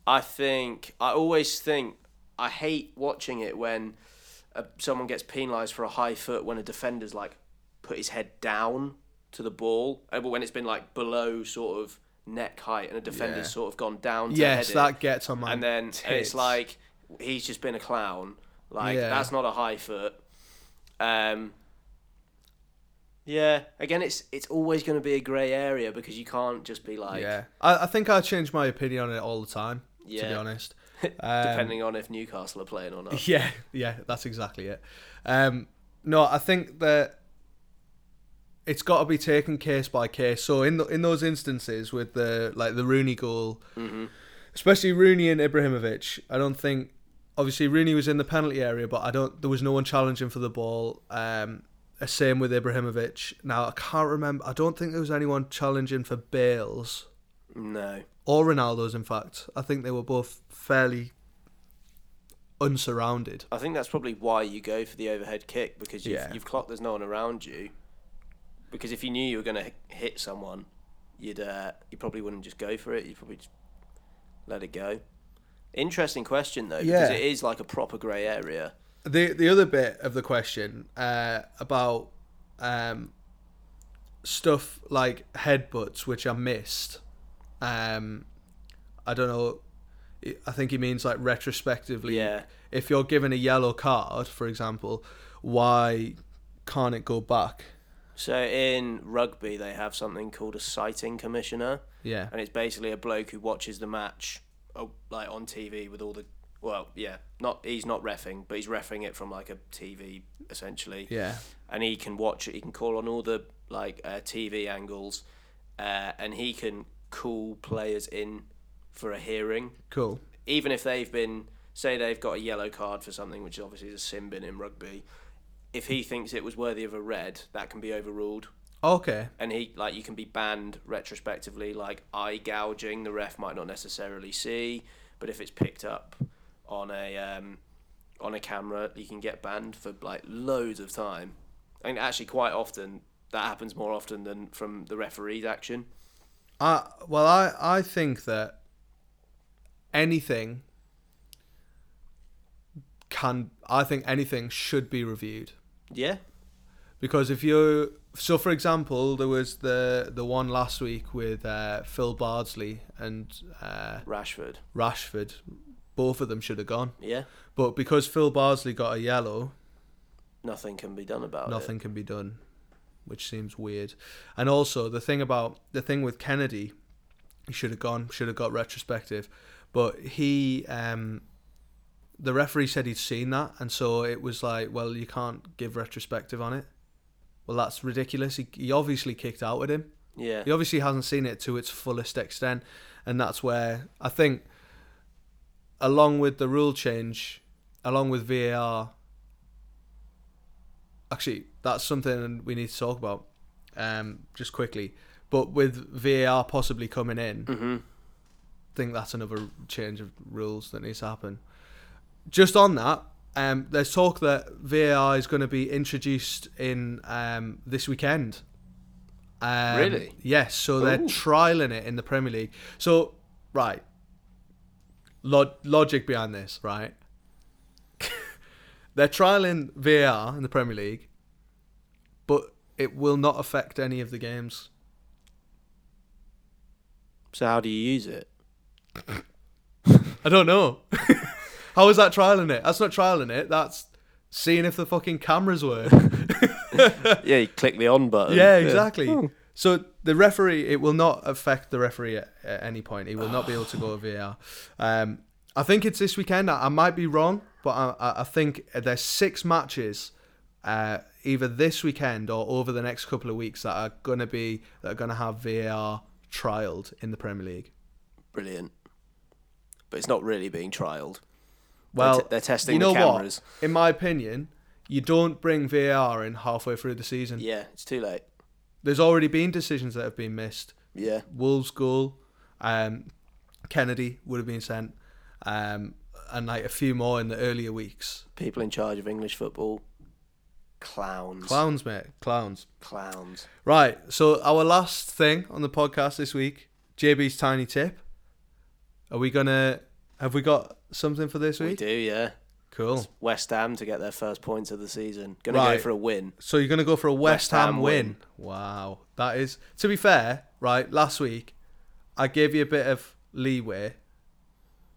B: I think I always think I hate watching it when uh someone gets penalised for a high foot when a defender's like put his head down to the ball, uh, but when it's been like below sort of neck height and a defender's
A: Yeah.
B: sort of gone down. To
A: Yes,
B: head it,
A: that gets on my.
B: and then
A: tits.
B: it's like he's just been a clown. Like
A: Yeah.
B: that's not a high foot. Um. Yeah. Again, it's it's always going to be a grey area because you can't just be like
A: yeah, I, I think I change my opinion on it all the time. To be
B: Yeah.
A: honest. Um,
B: depending on if Newcastle are playing or not.
A: Yeah, yeah, that's exactly it. Um, no, I think that it's got to be taken case by case. So in tho- in those instances with the like the Rooney goal, especially Rooney and Ibrahimovic, I don't think obviously Rooney was in the penalty area, but I don't there was no one challenging for the ball. Um, uh, same with Ibrahimovic. Now I can't remember. I don't think there was anyone challenging for Bales.
B: No.
A: or Ronaldo's. In fact, I think they were both fairly unsurrounded.
B: I think that's probably why you go for the overhead kick because you've,
A: Yeah.
B: you've clocked there's no one around you. Because if you knew you were going to hit someone, you'd uh, you probably wouldn't just go for it. You'd probably just let it go. Interesting question though, because
A: Yeah.
B: it is like a proper grey area.
A: the the other bit of the question uh, about um, stuff like headbutts, which I missed. Um, I don't know. I- I think he means like retrospectively.
B: Yeah.
A: If you're given a yellow card, for example, why can't it go back?
B: So in rugby, they have something called a sighting commissioner,
A: Yeah.
B: and it's basically a bloke who watches the match, oh, like on TV with all the. Well, yeah, not he's not refing, but he's refing it from like a TV essentially.
A: Yeah.
B: and he can watch it. He can call on all the like uh, TV angles, uh, and he can call players in for a hearing,
A: Cool.
B: even if they've been say they've got a yellow card for something, which obviously is a sin bin in rugby. If he thinks it was worthy of a red, that can be overruled,
A: Okay.
B: and he like you can be banned retrospectively, like eye gouging. The ref might not necessarily see, but if it's picked up on a um, on a camera, you can get banned for like loads of time. And actually, quite often that happens more often than from the referee's action.
A: I well, I I think that anything can. I think anything should be reviewed.
B: Yeah,
A: because if you so for example there was the the one last week with uh, Phil Bardsley and uh,
B: Rashford.
A: Rashford both of them should have gone
B: Yeah,
A: but because Phil Bardsley got a yellow
B: nothing can be done about it.
A: nothing can be done which seems weird and also the thing about the thing with Kennedy he should have gone should have got retrospective but he um the referee said he'd seen that and so it was like well you can't give retrospective on it well that's ridiculous he, he obviously kicked out with him
B: Yeah,
A: he obviously hasn't seen it to its fullest extent, and that's where I think, along with the rule change, along with VAR, actually that's something we need to talk about, um, just quickly. But with VAR possibly coming in,
B: hmm
A: I think that's another change of rules that needs to happen. Just on that, um, there's talk that VAR is going to be introduced in um, this weekend. Um,
B: Really?
A: Yes. So they're
B: Ooh.
A: trialing it in the Premier League. So right, Log- logic behind this, right? they're trialing VAR in the Premier League, but it will not affect any of the games.
B: So how do you use it?
A: I don't know. How is that trialing it? That's not trialing it. That's seeing if the fucking cameras work.
B: yeah, you click the on button.
A: yeah, exactly. So the referee, it will not affect the referee at, at any point. He will not be able to go to VAR. Um, I think it's this weekend. I, I might be wrong, but I- I, I think there's six matches. Uh, either this weekend or over the next couple of weeks that are gonna be that are gonna have VAR trialed in the Premier League.
B: Brilliant. But it's not really being trialed.
A: Well,
B: they're, t- they're testing
A: you know
B: the cameras.
A: what? In my opinion, you don't bring VAR in halfway through the season.
B: Yeah, it's too late.
A: There's already been decisions that have been missed.
B: Yeah.
A: Wolves goal, um, Kennedy would have been sent, um, and like a few more in the earlier weeks.
B: People in charge of English football. Clowns.
A: Clowns, mate, clowns.
B: Clowns.
A: Right. So our last thing on the podcast this week, JB's tiny tip. Are we gonna? Have we got something for this
B: We
A: week?
B: do, yeah.
A: Cool.
B: West Ham to get their first points of the season. Gonna
A: Right.
B: go for a win.
A: So you're going to go for a West,
B: West
A: Ham,
B: Ham
A: win. Wow. That is, to be fair, right, last week, I gave you a bit of leeway.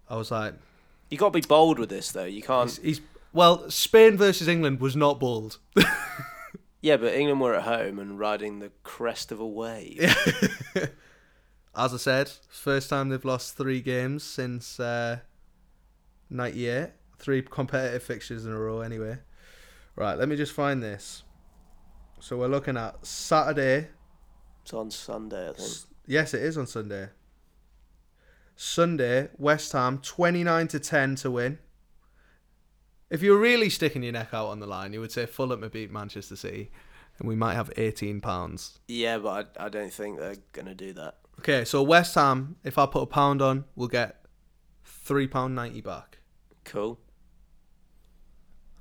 A: I was like,
B: You gotta be bold with this though. You can't
A: he's, he's well, Spain versus England was not bold.
B: Yeah, but England were at home and riding the crest of a wave.
A: As I said, first time they've lost three games since uh, 98. Three competitive fixtures in a row, anyway. Right, let me just find this. So we're looking at Saturday,
B: It's on Sunday, I think.
A: Yes, it is on Sunday. Sunday, West Ham, twenty nine to ten to win. If you were really sticking your neck out on the line, you would say Fulham would beat Manchester City, and we might have eighteen pounds.
B: Yeah, but I, I don't think they're gonna do that.
A: Okay, so West Ham, if I put a pound on, we'll get three pound ninety back.
B: Cool.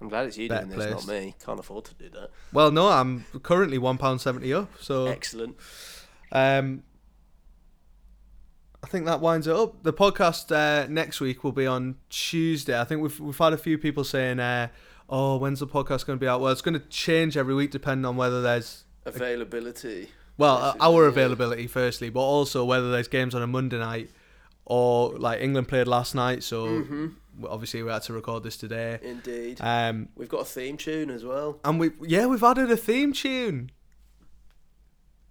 B: I'm glad it's you
A: Bet
B: doing this,
A: placed.
B: not me. Can't afford to do that.
A: Well, no, I'm currently one pound seventy up. So,
B: Excellent.
A: um, I think that winds it up. The podcast uh, next week will be on Tuesday. I think we've we've had a few people saying, uh, "Oh, when's the podcast going to be out?" Well, it's going to change every week depending on whether there's
B: Availability.
A: well uh,
B: Basically,
A: our
B: yeah.
A: availability firstly, but also whether there's games on a Monday night or like England played last night. So
B: Mm-hmm.
A: w- obviously we had to record this today.
B: Indeed.
A: Um,
B: We've got a theme tune as well.
A: and we yeah we've added a theme tune.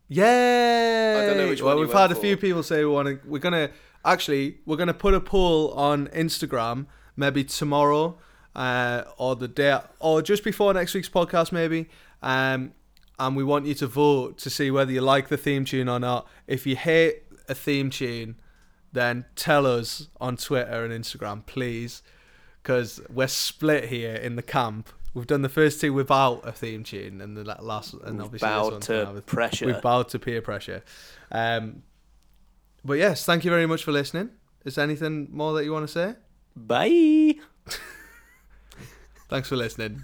A: Yeah.
B: I don't know which
A: well,
B: one you
A: we've
B: went
A: had a few
B: for.
A: people say we want to. We're gonna actually we're gonna put a poll on Instagram maybe tomorrow, uh, or the day or just before next week's podcast maybe. Um, and we want you to vote to see whether you like the theme tune or not. If you hate a theme tune, then tell us on Twitter and Instagram, please, because we're split here in the camp. We've done the first two without a theme tune, and the la- last, and obviously this
B: Bowed
A: one's gonna
B: to
A: have a-
B: pressure.
A: We've bowed to peer pressure. Um, but yes, thank you very much for listening. Is there anything more that you want to say?
B: Bye.
A: Thanks for listening.